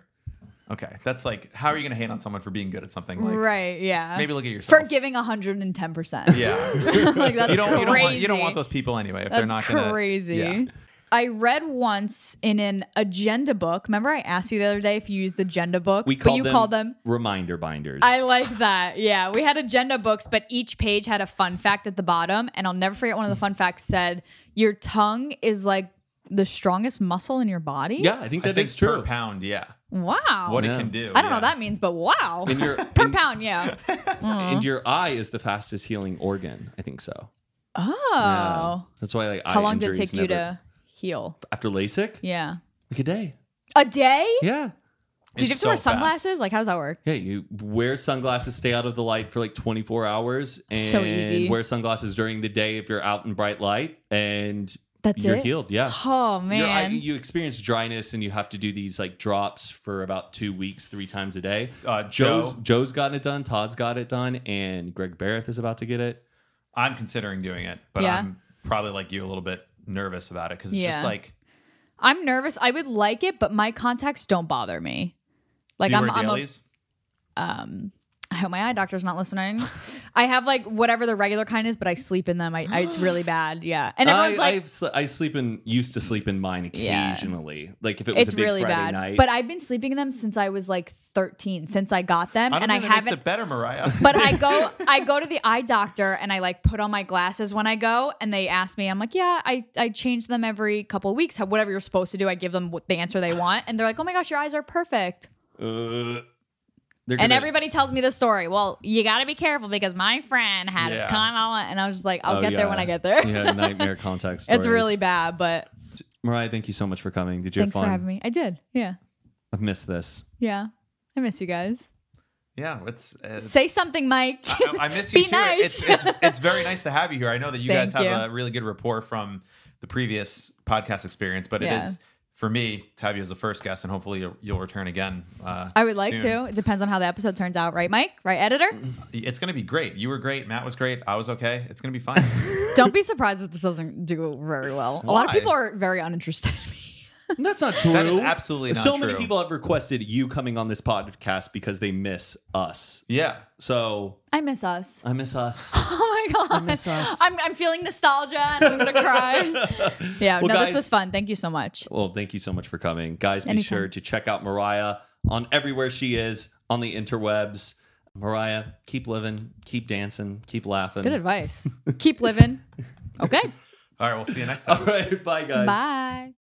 [SPEAKER 3] Okay, that's like how are you gonna hate on someone for being good at something? Like,
[SPEAKER 1] right? Yeah.
[SPEAKER 3] Maybe look at
[SPEAKER 1] for
[SPEAKER 3] yourself.
[SPEAKER 1] giving 110. percent
[SPEAKER 3] Yeah.
[SPEAKER 1] Like that's crazy.
[SPEAKER 3] you don't. You don't want. You don't want those people anyway if they're not gonna.
[SPEAKER 1] crazy.
[SPEAKER 3] Yeah.
[SPEAKER 1] I read once in an agenda book. Remember, I asked you the other day if you used agenda books,
[SPEAKER 2] we
[SPEAKER 1] but
[SPEAKER 2] call
[SPEAKER 1] you
[SPEAKER 2] them
[SPEAKER 1] called them.
[SPEAKER 2] reminder binders.
[SPEAKER 1] I like that. Yeah, we had agenda books, but each page had a fun fact at the bottom, and I'll never forget one of the fun facts said, "Your tongue is like the strongest muscle in your body."
[SPEAKER 2] yeah, I think
[SPEAKER 3] I
[SPEAKER 2] that
[SPEAKER 3] think
[SPEAKER 2] is
[SPEAKER 3] per
[SPEAKER 2] true.
[SPEAKER 3] pound. Yeah.
[SPEAKER 1] Wow.
[SPEAKER 3] What
[SPEAKER 2] Yeah.
[SPEAKER 3] it can do.
[SPEAKER 1] I don't know
[SPEAKER 3] yeah.
[SPEAKER 1] what that means, but wow.
[SPEAKER 2] And your
[SPEAKER 1] per pound, yeah.
[SPEAKER 2] and your eye is the fastest healing organ. I think so.
[SPEAKER 1] Oh.
[SPEAKER 2] That's why like
[SPEAKER 1] How
[SPEAKER 2] eye
[SPEAKER 1] long did it
[SPEAKER 2] injuries
[SPEAKER 1] take you
[SPEAKER 2] never-
[SPEAKER 1] to heal?
[SPEAKER 2] after LASIK?
[SPEAKER 1] Yeah.
[SPEAKER 2] Like a day.
[SPEAKER 1] A day?
[SPEAKER 2] Yeah.
[SPEAKER 1] Did you have
[SPEAKER 3] It's
[SPEAKER 1] to wear
[SPEAKER 3] so fast.
[SPEAKER 1] sunglasses? Like, how does that work?
[SPEAKER 2] Yeah, you wear sunglasses, stay out of the light for like 24 hours, and
[SPEAKER 1] So easy.
[SPEAKER 2] wear sunglasses during the day if you're out in bright light, and
[SPEAKER 1] That's
[SPEAKER 2] you're
[SPEAKER 1] it?
[SPEAKER 2] healed. Yeah.
[SPEAKER 1] Oh
[SPEAKER 2] Your eye-
[SPEAKER 1] man.
[SPEAKER 2] you experience dryness and you have to do these like drops for about two weeks, three times a day.
[SPEAKER 3] Uh,
[SPEAKER 2] Joe's
[SPEAKER 3] Joe,
[SPEAKER 2] Joe's gotten it done, Todd's got it done, and Greg Barrett is about to get it.
[SPEAKER 3] I'm considering doing it, but
[SPEAKER 1] Yeah.
[SPEAKER 3] I'm probably like you a little bit nervous about it because it's
[SPEAKER 1] Yeah.
[SPEAKER 3] just like
[SPEAKER 1] I'm nervous. I would like it, but my contacts don't bother me. Like
[SPEAKER 3] do you
[SPEAKER 1] I'm,
[SPEAKER 3] wear
[SPEAKER 1] I'm a,
[SPEAKER 3] dailies?
[SPEAKER 1] I hope my eye doctor's not listening. I have like whatever the regular kind is, but I sleep in them. I, I it's really bad. Yeah, and
[SPEAKER 2] I,
[SPEAKER 1] everyone's like,
[SPEAKER 2] I've sl- I sleep in used to sleep in mine
[SPEAKER 1] Yeah.
[SPEAKER 2] occasionally. Like if it was
[SPEAKER 1] it's
[SPEAKER 2] a big
[SPEAKER 1] really
[SPEAKER 2] Friday
[SPEAKER 1] bad.
[SPEAKER 2] night.
[SPEAKER 1] But I've been sleeping in them since I was like 13, since I got them,
[SPEAKER 3] I don't
[SPEAKER 1] and I
[SPEAKER 3] think that makes
[SPEAKER 1] haven't.
[SPEAKER 3] it better, Mariah.
[SPEAKER 1] but I go, I go to the eye doctor and I like put on my glasses when I go, and they ask me, I'm like, yeah, I I change them every couple of weeks. How- Whatever you're supposed to do, I give them what the answer they want, and they're like, oh my gosh, your eyes are perfect.
[SPEAKER 2] Uh, they're
[SPEAKER 1] And
[SPEAKER 2] gonna-
[SPEAKER 1] everybody tells me the story. Well, you got to be careful because my friend had
[SPEAKER 3] Yeah.
[SPEAKER 1] a condom, and I was just like, I'll
[SPEAKER 2] Oh,
[SPEAKER 1] get there when
[SPEAKER 2] yeah.
[SPEAKER 1] I get there.
[SPEAKER 2] yeah, nightmare context.
[SPEAKER 1] it's really bad, but
[SPEAKER 2] Mariah, thank you so much for coming. Did you
[SPEAKER 1] thanks
[SPEAKER 2] have fun?
[SPEAKER 1] for having me. I did. Yeah,
[SPEAKER 2] I've missed this.
[SPEAKER 1] yeah. I miss you guys.
[SPEAKER 3] yeah, it's, it's
[SPEAKER 1] Say something, Mike.
[SPEAKER 3] I, I miss you
[SPEAKER 1] Be
[SPEAKER 3] too.
[SPEAKER 1] nice.
[SPEAKER 3] It's, it's it's very nice to have you here. I know that you guys have
[SPEAKER 1] Thank
[SPEAKER 3] a really good rapport from the previous podcast experience, but
[SPEAKER 1] Yeah.
[SPEAKER 3] it is for me to have you as the first guest, and hopefully you'll, you'll return again. Uh,
[SPEAKER 1] I would like to.
[SPEAKER 3] soon.
[SPEAKER 1] It depends on how the episode turns out, right, Mike? Right, editor?
[SPEAKER 3] It's going to be great. You were great. Matt was great. I was okay. It's going to be fine.
[SPEAKER 1] Don't be surprised if this doesn't do very well. A lot of
[SPEAKER 3] Why?
[SPEAKER 1] people are very uninterested in me.
[SPEAKER 2] That's not true.
[SPEAKER 3] That is absolutely not
[SPEAKER 2] so many
[SPEAKER 3] true.
[SPEAKER 2] people have requested you coming on this podcast because they miss us.
[SPEAKER 3] yeah.
[SPEAKER 2] So
[SPEAKER 1] I miss us.
[SPEAKER 2] I miss us.
[SPEAKER 1] Oh my god. I
[SPEAKER 2] miss us.
[SPEAKER 1] I'm, I'm feeling nostalgia and I'm gonna cry. yeah,
[SPEAKER 2] Well,
[SPEAKER 1] no,
[SPEAKER 2] guys-
[SPEAKER 1] this was fun. Thank you so much.
[SPEAKER 2] Well, thank you so much for coming. Guys, be
[SPEAKER 1] Anytime.
[SPEAKER 2] sure to check out Mariah on everywhere she is on the interwebs. Mariah, keep living, keep dancing, keep laughing.
[SPEAKER 1] Good advice. Keep living. Okay.
[SPEAKER 3] All right. We'll see you next time.
[SPEAKER 2] All right, bye guys.
[SPEAKER 1] Bye.